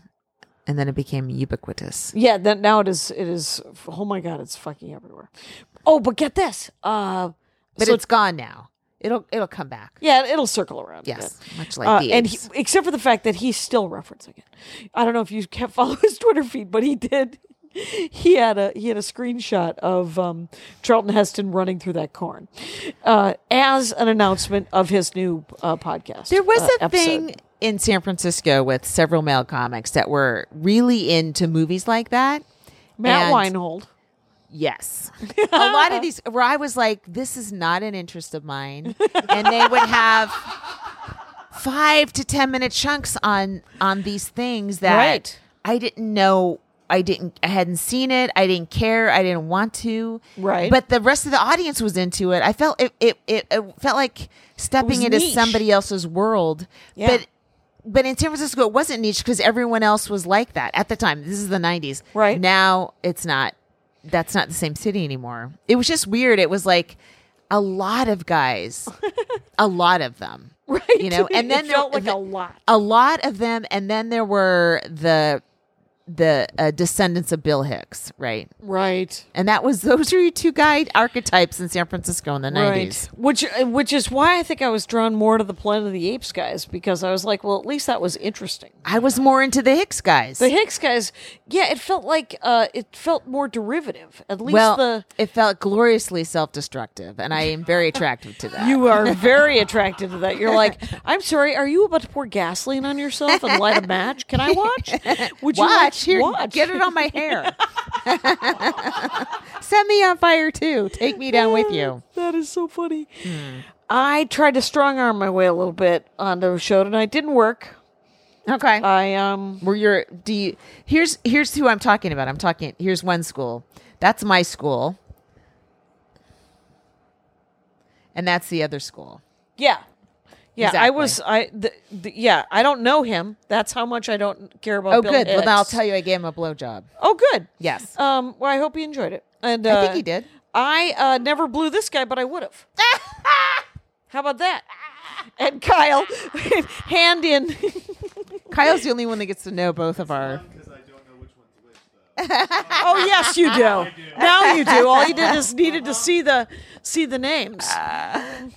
and then it became ubiquitous.
Yeah, that now it is. It is. Oh my God, it's fucking everywhere. Oh, but get this. Uh,
But
so-
it's gone now. It'll it'll come back.
yeah, it'll circle around. a
Yes,
bit.
much like
Uh,
the
and he,
apes.
except for the fact that he's still referencing it. I don't know if you kept follow his Twitter feed, but he did. He had a he had a screenshot of um, Charlton Heston running through that corn uh, as an announcement of his new uh, podcast.
There was
uh,
a
episode.
thing in San Francisco with several male comics that were really into movies like that.
Matt
and-
Weinhold.
Yes. a lot of these where I was like, this is not an interest of mine. And they would have five to ten minute chunks on on these things that
Right.
I didn't know I didn't I hadn't seen it. I didn't care. I didn't want to.
Right.
But the rest of the audience was into it. I felt it it, it, it felt like stepping
was
into
niche.
somebody else's world.
Yeah.
But but in San Francisco, it wasn't niche because everyone else was like that at the time. This is the 90s.
Right.
Now it's not, that's not the same city anymore. It was just weird. It was like a lot of guys, a lot of them. Right. You know, and then
it
there-
felt like
the-
a lot.
a lot of them. And then there were the, the uh, descendants of Bill Hicks, right?
Right.
And that was, those are your two guy archetypes in San Francisco in the 90s.
Right. Which uh, which is why I think I was drawn more to the Planet of the Apes guys because I was like, well, at least that was interesting.
I was more into the Hicks guys.
The Hicks guys, yeah, it felt like uh, it felt more derivative. At least
well,
the
it felt gloriously self-destructive, and I am very attractive to that.
you are very attracted to that. You're like, I'm sorry, are you about to pour gasoline on yourself and light a match? Can I watch? Would you
watch
like-
here,
watch?
get it on my hair. Set me on fire too. Take me down with you.
That is so funny. I tried to strong arm my way a little bit onto a show tonight. Didn't work.
Okay.
I um
where you're do you here's here's who I'm talking about. I'm talking here's one school. That's my school. And that's the other school.
yeah. Yeah, I was I the, the, yeah, I don't know him. That's how much I don't care about
Oh
Bill
good. Well now I'll
Hicks.
tell you I gave him a blowjob.
Oh good.
Yes.
Um well I hope he enjoyed it. And
I think
uh,
he did.
I uh, never blew this guy, but I would have. How about that? And Kyle, hand in.
Kyle's the only one that gets to know both of our
oh yes, you do. Now you do. All you did is needed to see the see the names.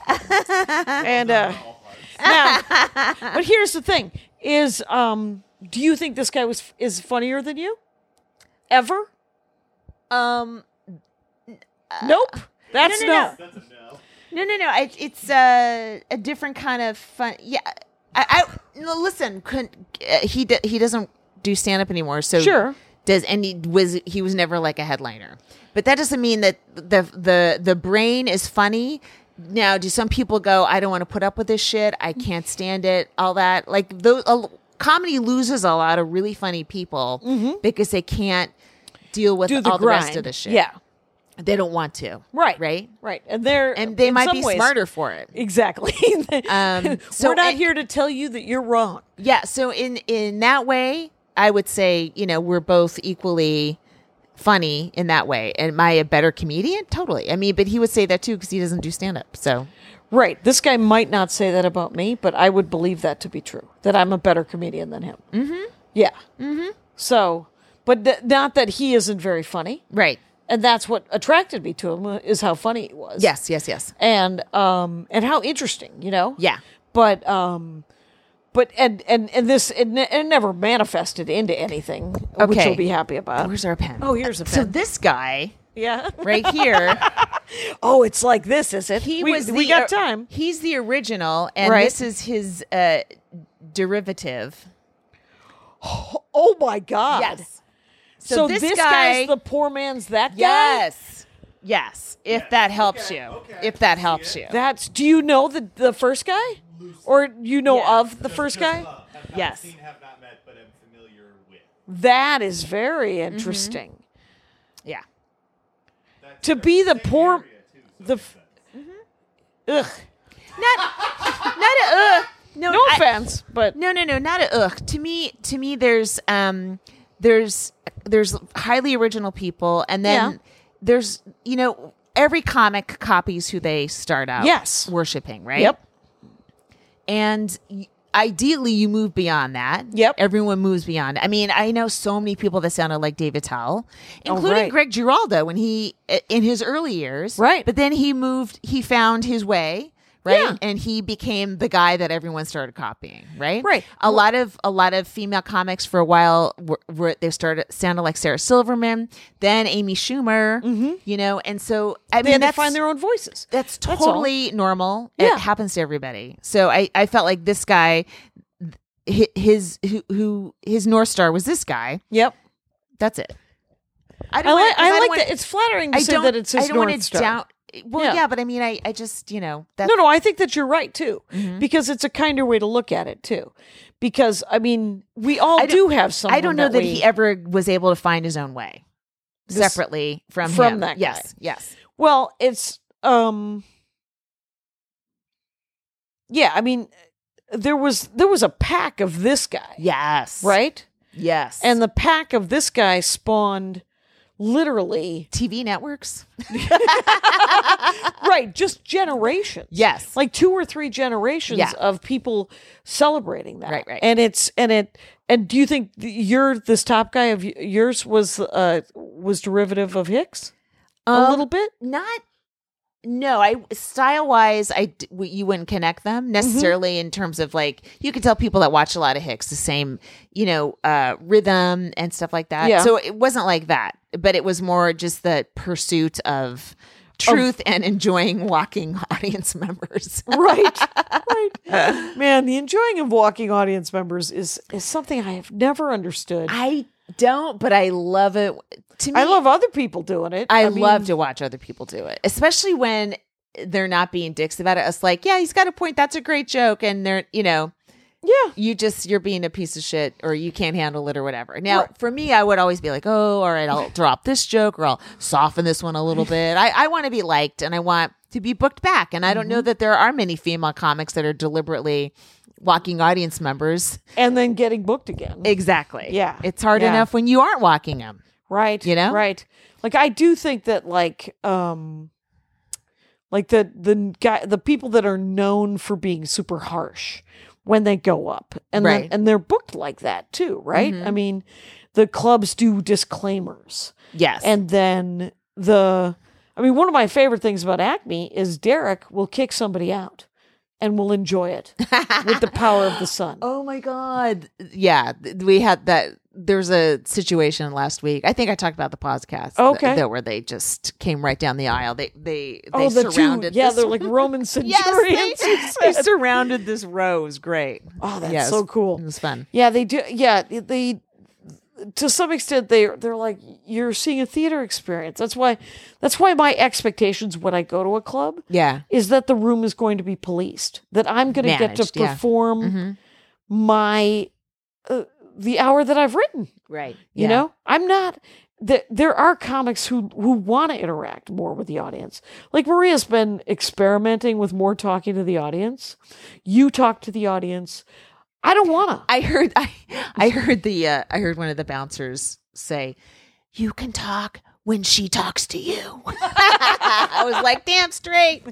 and uh, now, but here's the thing: is um, do you think this guy was is funnier than you? Ever?
um uh,
nope. That's
no,
no.
no, no. No, no, no. It, it's uh, a different kind of fun. Yeah, I, I no, listen. Couldn't uh, he? d- He doesn't do stand up anymore. So
Sure.
does and he was he was never like a headliner. But that doesn't mean that the the the brain is funny. Now, do some people go? I don't want to put up with this shit. I can't stand it. All that like those a, comedy loses a lot of really funny people because they can't deal with
Mm-hmm. Do the
all
grind.
the rest of the shit.
Yeah.
they don't want to.
Right.
right,
Right. And they're
and they
in
might
some
be
ways-
smarter for it.
Exactly.
Um, so
We're not
it-
here to tell you that you're wrong.
Yeah, so in in that way, I would say you know we're both equally funny in that way. And am I a better comedian? Totally. I mean, but he would say that too because he doesn't do stand up. So
Right. This guy might not say that about me, but I would believe that to be true. That I'm a better comedian than him. Mm-hmm. Yeah. Mm-hmm. So, but th- not that he isn't very funny,
right.
and that's what attracted me to him uh, is how funny he was.
Yes. Yes. Yes.
And um and how interesting, you know.
Yeah.
But um, but and and and this it, ne- it never manifested into anything, which
Okay.
you'll be happy about.
Where's our pen?
Oh, here's a
So
pen.
this guy
yeah.
right here,
Oh, it's like this, is it?
he
we,
was. The, er,
we got time.
He's the original, and
Right.
this is his uh, derivative.
Oh my God.
So,
So
this,
this,
guy.
guy's the poor man's that guy.
yes. Yes. If that helps you. If that helps you.
That's. Do you know the the first guy, or you know
Yeah.
of the first guy?
Yes.
have not met, but am familiar with.
That is very
Mm-hmm.
interesting.
Yeah.
To be the poor, the. f-
Mm-hmm.
Ugh.
Not a uh, no,
No
I-
offense, but
No, no, no, not a ugh. To me, to me, there's um, there's there's highly original people, and then
Yeah.
there's you know every comic copies who they start out
Yes.
worshiping right
yep.
and. y- Ideally, you move beyond that.
Yep.
Everyone moves beyond. I mean, I know so many people that sounded like David Towell, including
Oh, right.
Greg Giraldo when he, i- in his early years.
Right.
But then he moved, he found his way, right?
Yeah.
And he became the guy that everyone started copying, right?
Right.
A lot of a lot of female comics for a while were, were they started sounded like Sarah Silverman, then Amy Schumer, you know, and so I
Mm-hmm. They
mean
had to
that's
find their own voices.
that's
all.
totally normal.
Yeah.
It happens to everybody. So I I felt like this guy, hi- his who, who his north star was this guy.
Yep.
That's it.
I like.
wanna- 'cause
I like
don't wanna-
that. It's flattering to
I
say
don't.
that it's his
I don't wanna
North Star.
doubt- Well,
Yeah.
yeah. but I mean, I I just you know that
No, no, I think that you're right too,
Mm-hmm.
because it's a kinder way to look at it too. Because I mean, we all
I don't-
do have some.
I don't know that,
we-
he ever was able to find his own way
This-
separately from
from
him.
that guy.
Yes, yes.
Well, it's um Yeah, I mean there was there was a pack of this guy,
Yes.
right?
Yes.
And the pack of this guy spawned literally
TV networks?
right, just generations.
Yes.
Like two or three generations
Yeah.
of people celebrating that.
Right, right.
And it's and it and do you think th- your this top guy of y- yours was uh was derivative of Hicks a
Um,
little bit?
Not no, I style wise, I d- w- you wouldn't connect them necessarily in terms of like you can tell people that watch a lot of Hicks the same, you know, uh, rhythm and stuff like that.
Yeah.
So it wasn't like that, but it was more just the pursuit of truth and enjoying walking audience members.
right right man the enjoying of walking audience members is is something i have never understood i,
I don't, but I love it. To me,
love other people doing it
I,
mean,
love to watch other people do it, especially when they're not being dicks about it. Us like, yeah, he's got a point. That's a great joke, and they're you know,
Yeah.
you just you're being a piece of shit or you can't handle it or whatever. Now, for me, I would always be like, oh, all right, I'll drop this joke or I'll soften this one a little bit. I, I want to be liked and I want to be booked back. And I don't know that there are many female comics that are deliberately walking audience members.
And then getting booked again.
Exactly.
Yeah.
It's hard
Yeah.
enough when you aren't walking them.
right
You know?
right like i do think that like um like the the guy the people that are known for being super harsh when they go up and then-
Right. Mm-hmm.
and they're booked like that too right i mean the clubs do disclaimers
Yes.
and then the i mean one of my favorite things about acme is derek will kick somebody out and will enjoy it with the power of the sun
Oh my god. Yeah, th- we had that there's a situation last week. I think I talked about the podcast th-
Okay.
that where they just came right down the aisle. They they they
oh the two
surrounded
yeah
this
they're like roman centurions
Yes,
you
they- they,
said.
surrounded this row. It was great.
Oh, that's
Yeah, it
so
was-
cool.
It was fun.
Yeah, they do. Yeah, they to some extent they they're like you're seeing a theater experience. That's why that's why my expectations when I go to a club
Yeah.
is that the room is going to be policed. That I'm going to get to
Managed, yeah. Mm-hmm.
perform my uh, the hour that I've written.
Right.
You know, I'm not. There, there are comics who who want to interact more with the audience. Like Maria's been experimenting with more talking to the audience. You talk to the audience. I don't wanna.
I heard I I heard the uh, I heard one of the bouncers say, "You can talk when she talks to you." I was like, "Damn straight,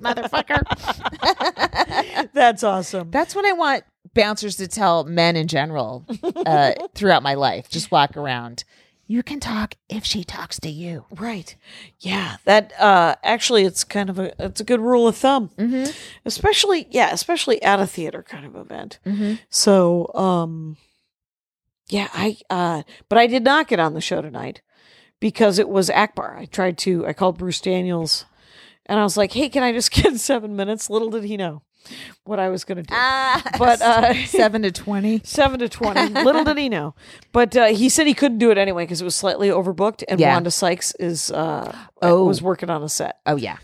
motherfucker."
That's awesome.
That's what I want bouncers to tell men in general uh, throughout my life. Just walk around. You can talk if she talks to you.
Right. Yeah. That uh actually it's kind of a it's a good rule of thumb. Mm-hmm. Especially yeah, especially at a theater kind of event. So um yeah, I uh but I did not get on the show tonight because it was Akbar. I tried to I called Bruce Daniels and I was like, Hey, can I just get seven minutes? Little did he know what I was gonna do. but uh
Seven to twenty.
Seven to twenty. Little did he know, but uh, he said he couldn't do it anyway because it was slightly overbooked. And
Yeah.
Wanda Sykes is uh,
Oh.
was working on a set.
Oh yeah.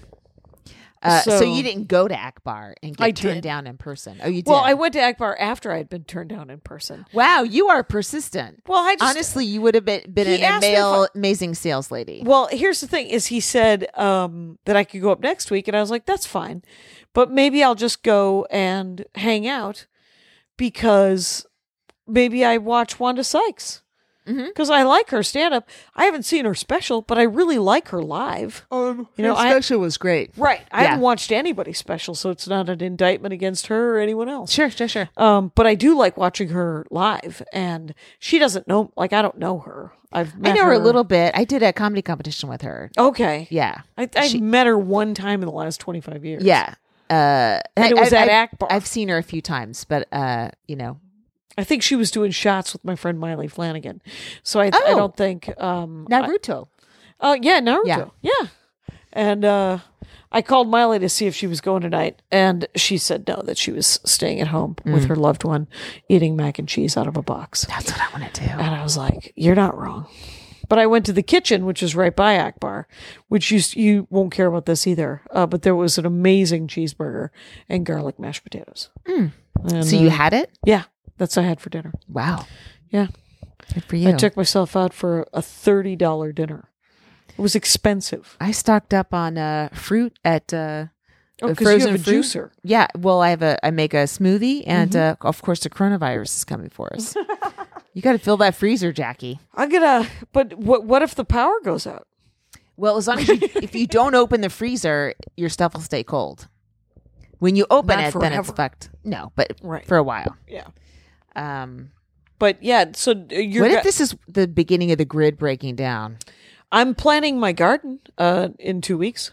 Uh, so,
So-
you didn't go to Akbar and get
I
turned
did.
down in person. Oh, you did.
Well, I went to Akbar after I had been turned down in person.
Wow, you are persistent.
Well, I just
Honestly, you would have been, been
He
an
asked me if
amail- amazing sales lady.
Well, here's the thing: is he said um, that I could go up next week, and I was like, "That's fine," but maybe I'll just go and hang out because maybe I watch Wanda Sykes because I like her stand up. I haven't seen her special, but I really like her live. Um, you know, I,
was great.
Right. I
Yeah.
haven't watched anybody special, so it's not an indictment against her or anyone else.
Sure, sure, sure.
Um, but I do like watching her live, and she doesn't know. Like I don't know her. I've met
I know her a little bit. I did a comedy competition with her.
Okay.
Yeah.
I, I've met her one time in the last twenty five years.
Yeah. Uh, and
it was at Akbar.
I've seen her a few times, but uh, you know,
I think she was doing shots with my friend Miley Flanagan. So I, I
Oh.
don't think. Um,
Naruto.
Oh yeah, Naruto. Yeah.
Yeah.
And uh, I called Miley to see if she was going tonight, and she said no, that she was staying at home
Mm.
with her loved one, eating mac and cheese out of a box.
That's what I want to do.
And I was like, "You're not wrong." But I went to the kitchen, which is right by Akbar, which you you won't care about this either. Uh, but there was an amazing cheeseburger and garlic mashed potatoes. And,
So
uh,
you had it?
yeah, that's what I had for dinner.
Wow.
Yeah,
Good for you.
I took myself out for a thirty dollar dinner. It was expensive.
I stocked up on uh, fruit at uh,
Oh,
uh,
'cause you have a
fruit.
juicer.
Yeah. Well, I have a. I make a smoothie, and
Mm-hmm.
uh, of course, the coronavirus is coming for us. you got to fill that freezer, Jackie.
I'm gonna. But what what if the power goes out?
Well, as long as you, if you don't open the freezer, your stuff will stay cold. When you open
Not
it, then it's
forever.
fucked. No, but
Right.
for a while.
Yeah.
Um,
But yeah, so uh, you're.
what
go-
if this is the beginning of the grid breaking down?
I'm planting my garden uh, in two weeks.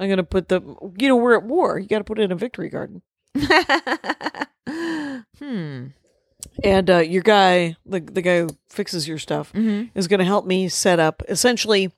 I'm gonna put the. You know, we're at war. You got to put in a victory garden.
Hmm.
and uh, your guy, the the guy who fixes your stuff,
Mm-hmm.
is going to help me set up. Essentially,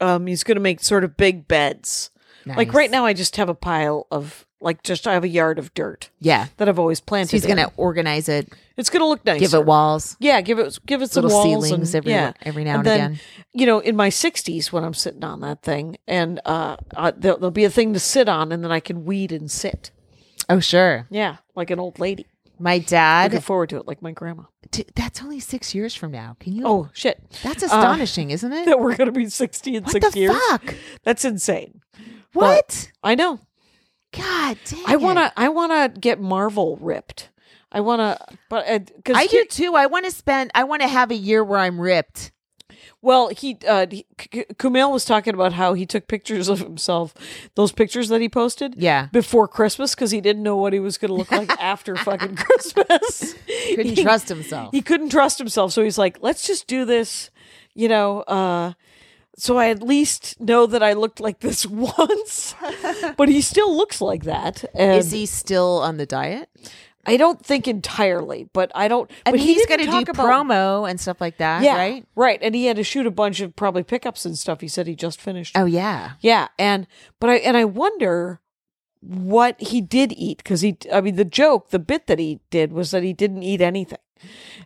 um, he's going to make sort of big beds. Like
Nice.
right now, I just have a pile of like just I have a yard of dirt
Yeah.
that I've always planted.
So he's going
in.
to organize it,
It's going to look nice.
give it walls.
Yeah, give it give it some
Little
walls
ceilings
and,
every-
yeah.
every now and
then,
again.
You know, in my sixties, when I'm sitting on that thing, and uh, uh there'll, there'll be a thing to sit on, and then I can weed and sit.
Oh, sure.
Yeah, like an old lady.
My dad.
Looking forward to it, like my grandma.
d- that's only six years from now. Can you?
Oh shit!
that's
Uh,
astonishing, isn't it?
that we're gonna be sixty in
What
six
the
years.
fuck?
That's insane.
What?
I know.
God damn!
I
it.
wanna. I wanna get Marvel ripped. I wanna, but uh, because
I do too. I want to spend. I want to have a year where I'm ripped.
Well, he, uh, he K- K- Kumail was talking about how he took pictures of himself, those pictures that he posted,
Yeah.
before Christmas because he didn't know what he was going to look like after fucking Christmas.
Couldn't
He-
trust himself.
He couldn't trust himself, so he's like, "Let's just do this," you know. Uh, so I at least know that I looked like this once, but he still looks like that. And
Is he still on the diet?
I don't think entirely, but I don't.
I
but
mean, he's going
didn't
to
talk
do
about-
promo and stuff like that,
yeah,
right?
Right, and he had to shoot a bunch of probably pickups and stuff. He said he just finished.
Oh yeah.
Yeah, and but I and I wonder what he did eat because he. I mean, the joke, the bit that he did was that he didn't eat anything,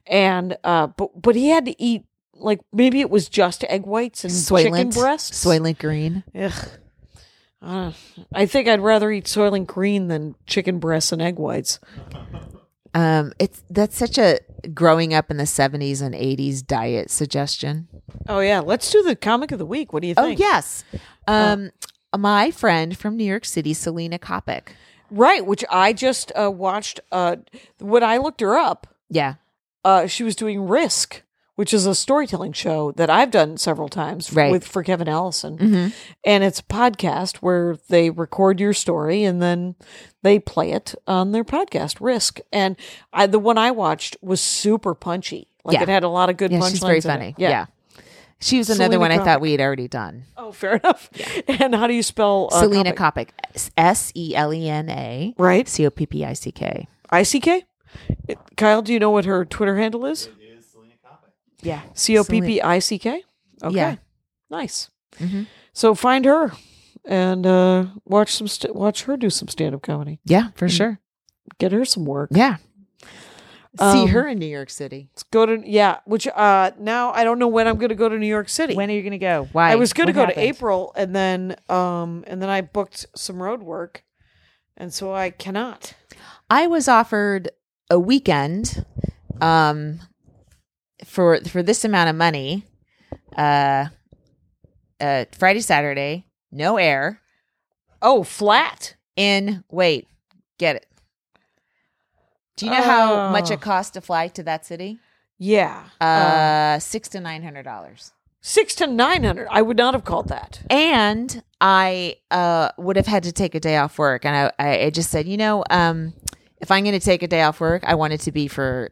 and uh, but but he had to eat like maybe it was just egg whites and chicken
Soylent,
breasts.
Soylent Green.
Ugh. Uh, I think I'd rather eat soylent green than chicken breasts and egg whites.
Um, it's that's such a growing up in the '70s and '80s diet suggestion.
Oh yeah, let's do the comic of the week. What do you think?
Oh yes. Um, my friend from New York City, Selena Kopic.
right. Which I just uh, watched. Uh, when I looked her up,
Yeah.
uh, she was doing Risk, which is a storytelling show that I've done several times
Right. Mm-hmm.
with for Kevin Allison, and it's a podcast where they record your story and then they play it on their podcast Risk. And I, the one I watched was super punchy. Like
Yeah.
it had a lot of good.
Yeah,
punchlines
she's very
in it.
funny. Yeah. She was another
Selena
one I
Kopic.
thought we had already done.
Oh, fair enough. And how do you spell uh,
Selena
Kopic?
Kopic. S E L E N A.
Right.
C O P P I C K.
I C K. Kyle, do you know what her Twitter handle is?
Yeah.
C O P P I C K. Okay.
Yeah. Mm-hmm.
Nice. So find her and uh, watch some st- watch her do some stand up comedy.
Yeah, for sure.
Get her some work.
Yeah.
Um,
See her in New York City.
Let's go to yeah. Which uh, now I don't know when I'm going to go to New York City.
When are you going to go? Why?
I was going to
What
go to
happened?
April and then um and then I booked some road work, and so I cannot.
I was offered a weekend um for for this amount of money uh uh Friday Saturday, no air
Oh, flat.
in wait, get it. Do you know how much
Oh.
it costs to fly to that city?
Yeah.
Uh, six to nine hundred dollars.
Six to nine hundred. I would not have called that.
And I uh, would have had to take a day off work, and I, I, I just said, you know, um, if I'm going to take a day off work, I want it to be for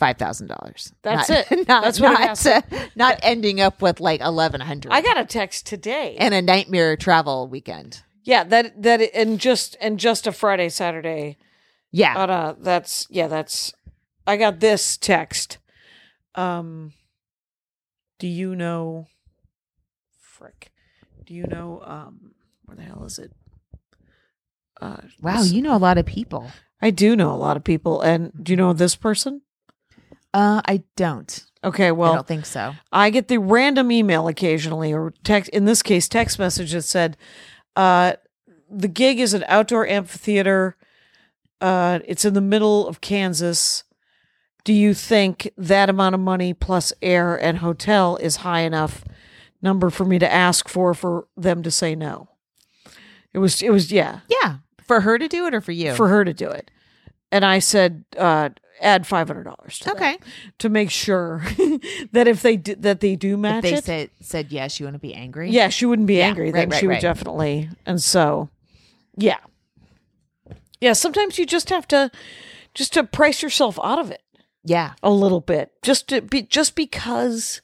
five thousand dollars.
That's
not,
it.
Not,
That's what it
not,
has to-
uh, not ending up with like eleven hundred.
I got a text today.
and a nightmare travel weekend.
yeah, that that and just and just a Friday Saturday.
Yeah,
But uh, that's yeah, that's. I got this text. Um, do you know? Frick, do you know? Um, where the hell is it? Uh,
wow,
this-
you know a lot of people.
I do know a lot of people, and do you know this person?
Uh, I don't.
Okay,
I
well,
don't think so.
I get the random email occasionally, or text. In this case, text message that said, uh, "The gig is an outdoor amphitheater. Uh, it's in the middle of Kansas. Do you think that amount of money plus air and hotel is high enough number for me to ask for for them to say no?" It was. It was. Yeah,
Yeah, for her to do it or for you?
for her to do it, and I said, uh, "Add five hundred dollars."
okay.
to make sure that if they do, that they do
If
match
they
it.
said said yes, you want to be angry.
Yeah, she wouldn't be angry. Then
right, right,
she would
right.
definitely. And so, yeah, yeah. Sometimes you just have to, just to price yourself out of it
yeah.
a little bit, just to be, just because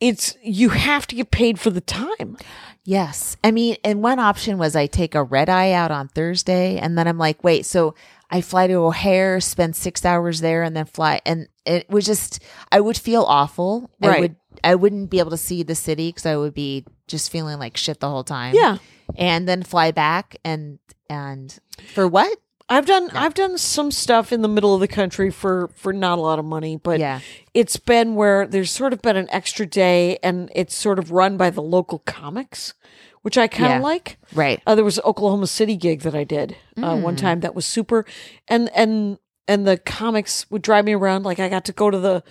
it's you have to get paid for the time.
Yes. I mean, and one option was I take a red eye out on Thursday and then I'm like, wait, so I fly to O'Hare, spend six hours there and then fly. And it was just, I would feel awful.
Right.
I would, I wouldn't be able to see the city because I would be just feeling like shit the whole time.
Yeah.
And then fly back and, and for what?
I've done I've done some stuff in the middle of the country for for not a lot of money, but
Yeah.
it's been where there's sort of been an extra day and it's sort of run by the local comics, which I kind of
Yeah.
like.
Right.
Uh, there was an Oklahoma City gig that I did uh,
Mm.
one time that was super, and and and the comics would drive me around. Like I got to go to the,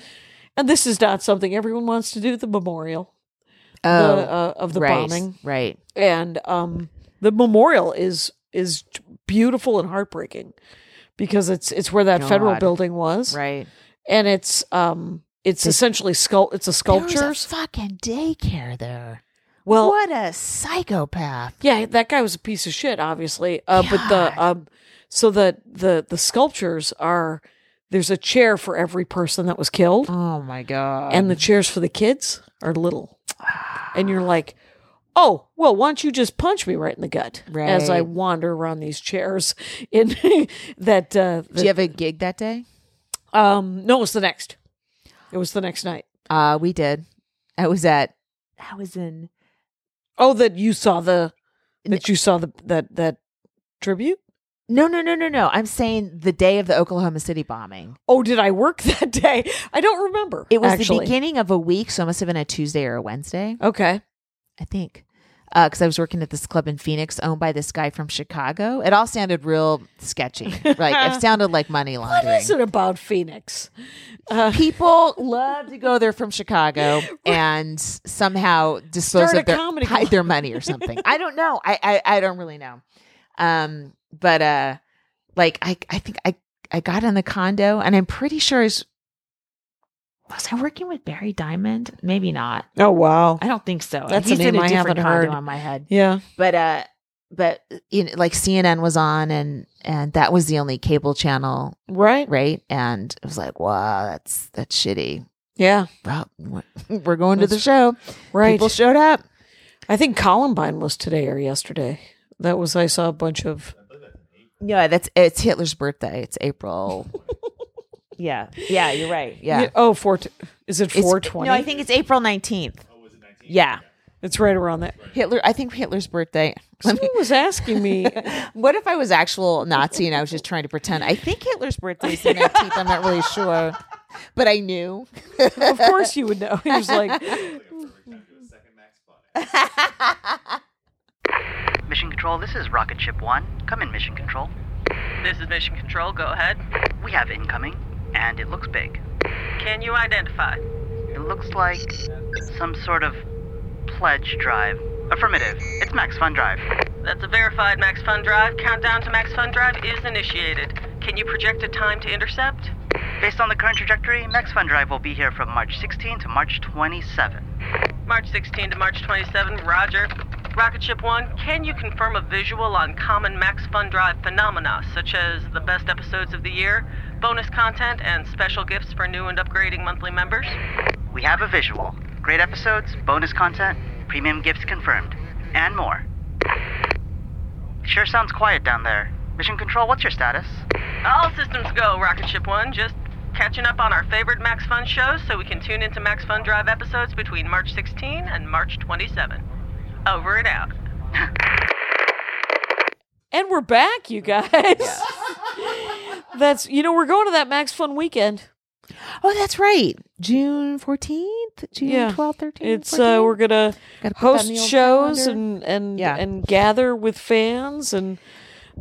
and this is not something everyone wants to do. The memorial
Oh,
the, uh, of the
right.
bombing,
Right.
and um, the memorial is is beautiful and heartbreaking because it's it's where that federal
God.
building was,
Right.
and it's um it's essentially sculpt it's a
There was a
sculptures.
fucking daycare there.
well,
what a psychopath.
Yeah, that guy was a piece of shit, obviously. Uh, but the um, so the the the sculptures are there's a chair for every person that was killed,
Oh my god.
and the chairs for the kids are little. And you're like, oh well, why don't you just punch me right in the gut as I
Right.
wander around these chairs? In that, uh,
Did you have a gig that day?
um, no, it was the next. It was the next night.
Uh, we did. I was at. I was in.
Oh, that you saw the that you saw the that that tribute.
No, no, no, no, no. I'm saying the day of the Oklahoma City bombing.
Oh, did I work that day? I don't remember.
It was the
actually.
beginning of a week, so it must have been a Tuesday or a Wednesday,
Okay.
I think. Because I was working at this club in Phoenix, owned by this guy from Chicago. It all sounded real sketchy. Like it sounded like money
What
laundering.
is it about Phoenix?
Uh, people love to go there from Chicago and somehow dispose
Start
of
a
their
comedy
hide
club.
their money or something. I don't know. I, I I don't really know. Um, but uh, like I I think I I got in the condo and I'm pretty sure is was I working with Barry Diamond? Maybe not.
Oh wow.
I don't think so.
That's
He's
a
in
name
a
I
different
haven't
condo
heard.
on my head
Yeah.
but uh but you know like cnn was on and and that was the only cable channel
Right.
right and it was like wow that's that's shitty
Yeah.
well, we're going to the show
Right.
people showed up
I think Columbine was today or yesterday. That was I saw a bunch of
yeah that's it's hitler's birthday it's april yeah yeah you're right yeah
Oh, four. Is it
It's-
four twenty?
no i think it's april 19th yeah
it's right around that.
hitler i think hitler's birthday Let me-
Someone was asking me.
what if i was actual nazi and i was just trying to pretend i think hitler's birthday is the 19th i'm not really sure but i knew
of course, you would know. He was like,
Mission Control, this is Rocket Ship 1. Come in, Mission Control.
This is Mission Control. Go ahead.
We have incoming, and it looks big.
Can you identify?
It looks like some sort of pledge drive. Affirmative. It's Max Fun Drive.
That's a verified Max Fund Drive. Countdown to Max Fund Drive is initiated. Can you project a time to intercept?
Based on the current trajectory, Max Fun Drive will be here from March 16 to March 27.
March 16 to March 27. Roger. Rocket Ship 1, can you confirm a visual on common Max Fund Drive phenomena, such as the best episodes of the year, bonus content, and special gifts for new and upgrading monthly members?
We have a visual. Great episodes, bonus content, premium gifts confirmed, and more. Sure sounds quiet down there. Mission Control, what's your status?
All systems go, Rocket Ship One. Just catching up on our favorite Max Fun shows so we can tune into Max Fun Drive episodes between March 16 and March 27. Over and out.
and we're back, you guys. That's you know we're going to that Max Fun weekend.
Oh, that's right. June 14th, June
Yeah.
12th, 13th.
It's uh, we're gonna
Gotta put that in
host
the old
shows
calendar.
and and
Yeah.
and gather with fans and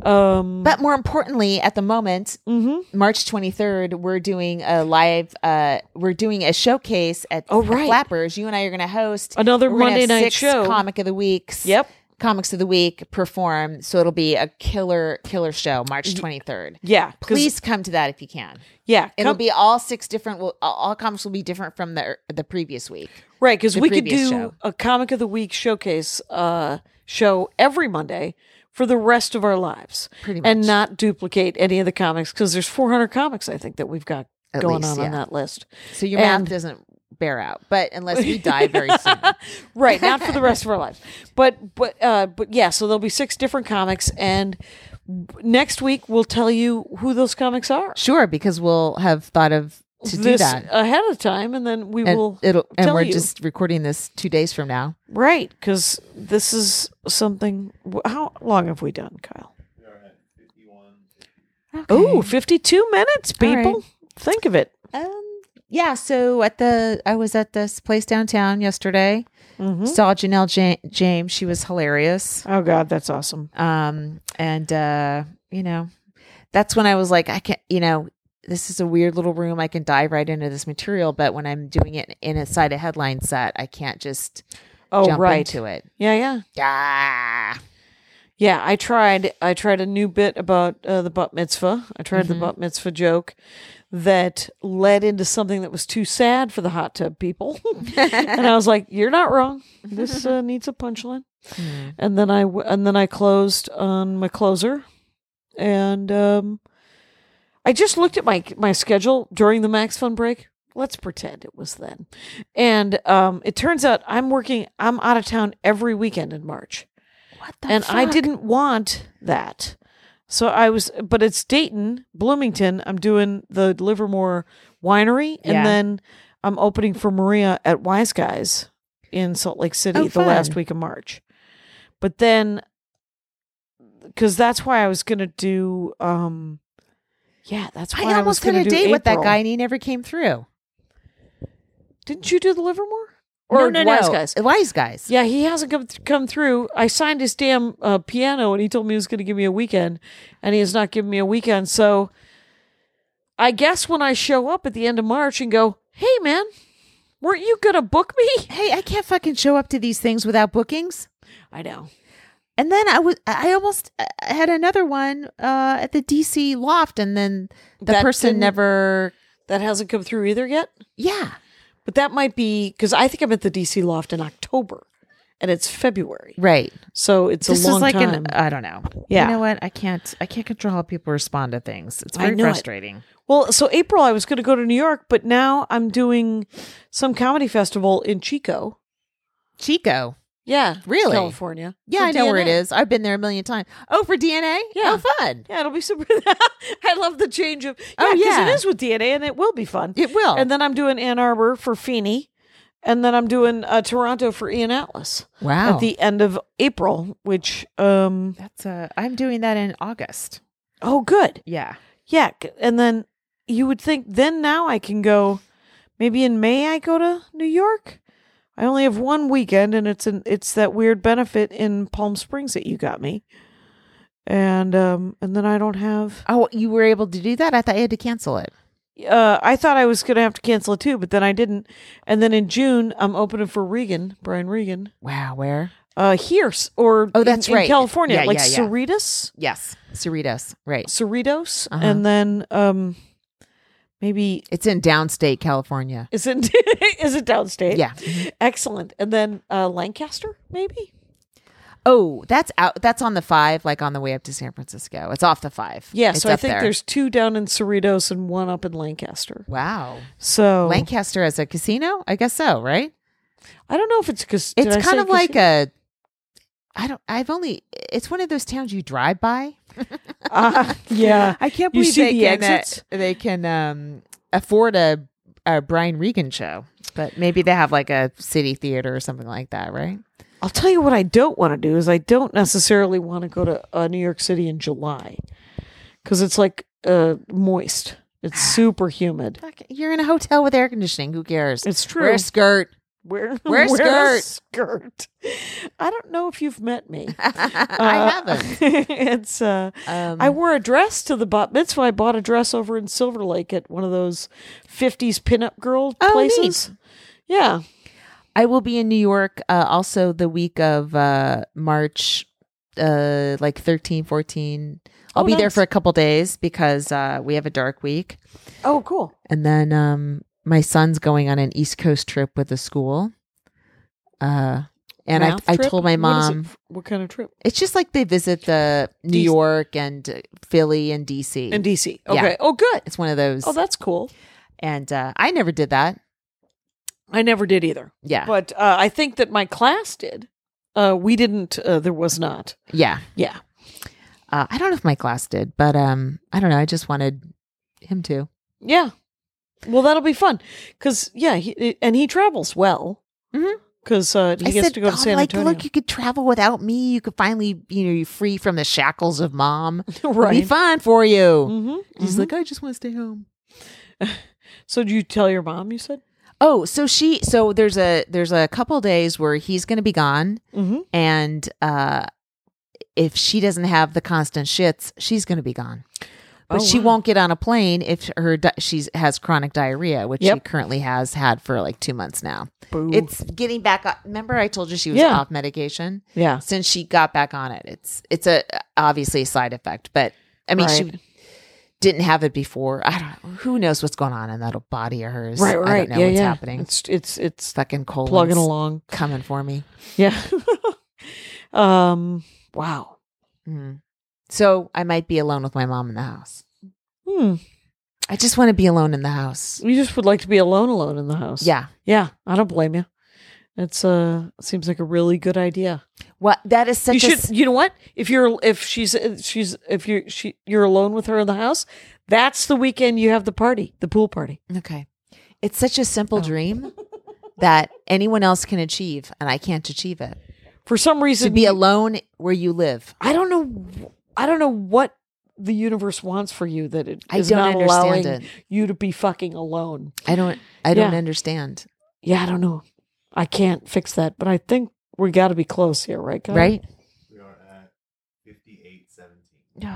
um
But more importantly, at the moment,
Mm-hmm.
March 23rd, we're doing a live, uh, we're doing a showcase at,
Oh,
at
right.
Flappers. You and I are going to host
Another
we're gonna have
Monday night
six
show.
Comic of the Weeks.
Yep.
Comics of the Week perform. So it'll be a killer, killer show, March 23rd.
yeah, 'cause-
Please come to that if you can.
yeah,
It'll
come-
be all six different, will- all- all comics will be different from the the previous week.
Right, because
the
we could
previous
do
show.
a comic of the week showcase uh, show every Monday for the rest of our lives,
Pretty
and
much.
not duplicate any of the comics because there's 400 comics I think that we've got
At
going
least,
on
yeah.
on that list.
So your
And-
math doesn't bear out, but unless we die very soon.
right not for the rest of our lives but but uh but yeah so there'll be six different comics and next week we'll tell you who those comics are
Sure, because we'll have thought of to do
this
that.
ahead of time and then we
And
will
it'll and
tell
we're
you.
just recording this two days from now.
right because this is something wh- how long have we done kyle Oh, 52 minutes,
All right.
people. Think of it.
Um yeah, so at the I was at this place downtown yesterday. Saw Janelle ja- James. She was hilarious.
Oh God, that's awesome.
Um, and uh, you know, that's when I was like, I can't. You know, this is a weird little room. I can dive right into this material, but when I'm doing it in inside a headline set, I can't just
Oh
jump
right.
into it.
Yeah, yeah,
Yeah.
yeah. I tried. I tried a new bit about uh, the bat mitzvah. I tried
Mm-hmm.
the bat mitzvah joke that led into something that was too sad for the hot tub people, and I was like, "You're not wrong. This uh, needs a punchline."
Mm.
And then I w- and then I closed on my closer, and um, I just looked at my my schedule during the Max Fun break. Let's pretend it was then, and um, it turns out I'm working. I'm out of town every weekend in March
What the
and I
fuck?
didn't want that. So I was, but it's Dayton, Bloomington. I'm doing the Livermore Winery, and
Yeah.
then I'm opening for Maria at Wise Guys in Salt Lake City
Oh,
the last
fun.
week of March. But then, because that's why I was gonna do, um yeah, that's
I
why I was
almost had
gonna
a
do
date with that
April.
guy, and he never came through.
Didn't you do the Livermore or Wise Guys?
Wise guys.
Yeah, he hasn't come come through. I signed his damn uh, piano, and he told me he was going to give me a weekend, and he has not given me a weekend. So, I guess when I show up at the end of March and go, "Hey, man, weren't you going to book me?"
Hey, I can't fucking show up to these things without bookings.
I know.
And then I was I almost uh, had another one uh, at the DC loft, and then the
That
person
didn't-
never.
That hasn't come through either yet.
Yeah.
But that might be because I think I'm at the DC Loft in October, and it's February,
Right.
so it's
this
a long
is like
time.
an I don't know.
Yeah.
You know what? I can't I can't control how people respond to things. It's
I
very
know it.
frustrating.
Well, so April I was going to go to New York, but now I'm doing some comedy festival in Chico.
Chico.
Yeah,
Really?
California.
Yeah,
For
I know where it
DNA.
is. I've been there a million times. Oh, for DNA?
Yeah.
Oh, fun.
Yeah, it'll be super. I love the change of. Yeah,
Oh,
'cause
yeah.
it is with DNA, and it will be fun.
It will.
And then I'm doing Ann Arbor for Feeney, and then I'm doing uh, Toronto for Ian Atlas
wow.
at the end of April. Which, um,
That's uh I'm doing that in August.
oh, good.
Yeah.
Yeah, c- and then you would think then now I can go. Maybe in May I go to New York. I only have one weekend, and it's an it's that weird benefit in Palm Springs that you got me, and um and then I don't have.
Oh, you were able to do that? I thought you had to cancel it.
Uh, I thought I was gonna have to cancel it too, but then I didn't. And then in June I'm opening for Regan, Brian Regan,
Wow, where?
uh, here s- or
Oh,
in-
that's
in
right.
California,
Yeah,
like
yeah, yeah.
Cerritos.
Yes. Cerritos. Right.
Cerritos,
Uh-huh.
and then um, maybe
It's in downstate California.
is it is it downstate?
Yeah.
excellent. And then uh, Lancaster, maybe.
Oh, that's out. That's on the five, like on the way up to San Francisco. It's off the five.
Yeah,
It's
so I
up
think
there.
there's two down in Cerritos and one up in Lancaster.
wow. Oh.
So
Lancaster as a casino, I guess so, right?
I don't know if it's because
It's kind of like a. I don't. I've only. It's one of those towns you drive by.
yeah.
I can't
You
believe
see
they
the
can. uh,
exits?
they can um, afford a, a Brian Regan show, but maybe they have like a city theater or something like that, right?
I'll tell you what I don't want to do is I don't necessarily want to go to uh, New York City in July because it's like uh, moist. It's
Ah.
super humid.
Fuck, You're in a hotel with air conditioning. Who cares?
It's true.
Wear a skirt.
Wear,
wear a
wear a skirt. I don't know if you've met me.
I haven't.
it's uh,
Um,
I wore a dress to the bat mitzvah. I bought a dress over in Silver Lake at one of those '50s pinup girl
Oh, neat.
places. Yeah,
I will be in New York uh, also the week of uh, March, uh, like 13, 14. I'll
Oh,
be there
nice.
for a couple days because uh, we have a dark week.
Oh, cool.
And then um, my son's going on an East Coast trip with the school. Uh, and I,
Math
I
trip?
told my
What is it
mom,
f- what kind of trip?
it's just like they visit the New
D-
York and uh, Philly and DC.
In DC.
Yeah.
Okay. Oh, good.
it's one of those.
Oh, that's cool.
and uh, I never did that.
I never did either,
Yeah.
but uh, I think that my class did. Uh, we didn't. Uh, there was not.
yeah.
Yeah.
Uh, I don't know if my class did, but um, I don't know. I just wanted him to.
Yeah. Well, that'll be fun because yeah, he, and he travels well
Mhm.
because uh, he gets to go to
"Oh,
San
like,
Antonio.
look, you could travel without me. You could finally, you know, you're free from the shackles of mom. It'll
right.
be fun for you.
Mm-hmm.
He's like, I just want to stay home.
So did you tell your mom? You said.
Oh, so she so there's a there's a couple days where he's going to be gone
Mm-hmm.
and uh if she doesn't have the constant shits, she's going to be gone. But
Oh,
she won't get on a plane if her di- she has chronic diarrhea, which she
Yep.
currently has had for like 2 months now. It's getting back up. Remember I told you she was
Yeah.
off medication?
Yeah.
Since she got back on it. It's it's a obviously a side effect, but I mean
Right.
she didn't have it before. I don't who knows what's going on in that body of hers.
Right. Right.
I don't know
yeah.
what's
yeah.
happening
It's it's it's
fucking cold.
plugging along.
Coming for me.
Yeah. um. Wow.
Mm. So I might be alone with my mom in the house.
Hmm.
I just want to be alone in the house.
You just would like to be alone, alone in the house.
Yeah.
Yeah. I don't blame you. It's uh seems like a really good idea.
What that is such
you
a
should.
s-
you know what? If you're if she's if she's if you she you're alone with her in the house, that's the weekend you have the party, the pool party.
okay. It's such a
Oh.
simple dream that anyone else can achieve, and I can't achieve it.
For some reason,
To be alone where you live.
I don't know. I don't know what the universe wants for you that it
I
is
don't
not
understand it.
allowing you to be fucking alone.
I don't. I don't
Yeah.
understand.
Yeah, I don't know. I can't fix that, but I think we got to be close here, right? Guy?
Right?
We are at 5817.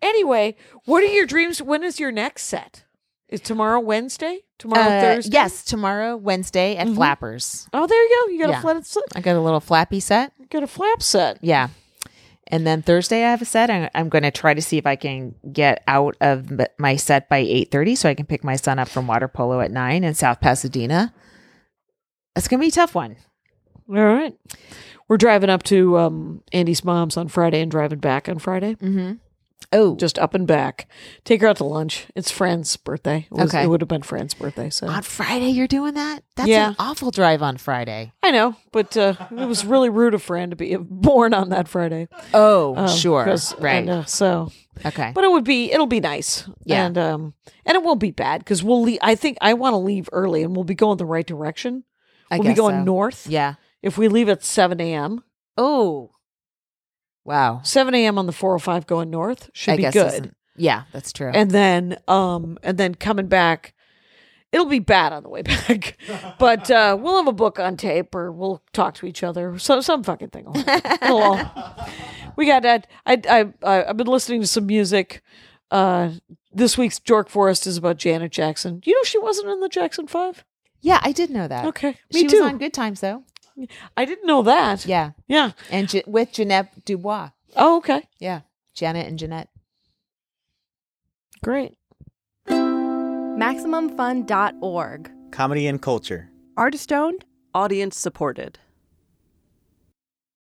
Anyway, what are your dreams? When is your next set? Is tomorrow Wednesday? Tomorrow
Uh,
Thursday?
yes, tomorrow Wednesday at Flappers.
Oh, there you go. You got
Yeah.
a flat. set-
I got a little flappy set.
You got a flap set.
Yeah. And then Thursday I have a set. I'm, I'm going to try to see if I can get out of m- my set by 8:30 so I can pick my son up from water polo at 9 in South Pasadena. That's going to be a tough one.
All right. We're driving up to um, Andy's mom's on Friday and driving back on Friday.
Oh,
just up and back. Take her out to lunch. It's Fran's birthday. It was-
Okay.
It would have been Fran's birthday. So
on Friday you're doing that? That's
Yeah.
an awful drive on Friday.
I know, but uh, it was really rude of Fran to be born on that Friday.
Oh,
Um,
sure.
'cause-
Right.
and, uh, so,
okay.
but it would be, it'll be nice.
Yeah.
And, um, and it won't be bad because we'll leave. I think I want to leave early and we'll be going the right direction.
I
we'll
guess
be going
so.
north.
Yeah.
If we leave at 7 a.m.,
Oh. Wow.
7 a.m. on the 405 going north should
I
be
guess
good.
isn't- Yeah, that's true.
and then um and then coming back it'll be bad on the way back but uh we'll have a book on tape or we'll talk to each other so some fucking thing will happen. It'll all- we got that I, I i i've been listening to some music uh this week's Jork Forest is about Janet Jackson. You know she wasn't in the Jackson Five.
yeah, I did know that.
Okay,
She
me
was
too.
on Good Times though.
I didn't know that.
Yeah.
yeah.
And Je- with Jeanette Dubois.
Oh, okay,
Yeah. Janet and Jeanette.
great.
MaximumFun.org.
Comedy and culture.
Artist owned.
Audience supported.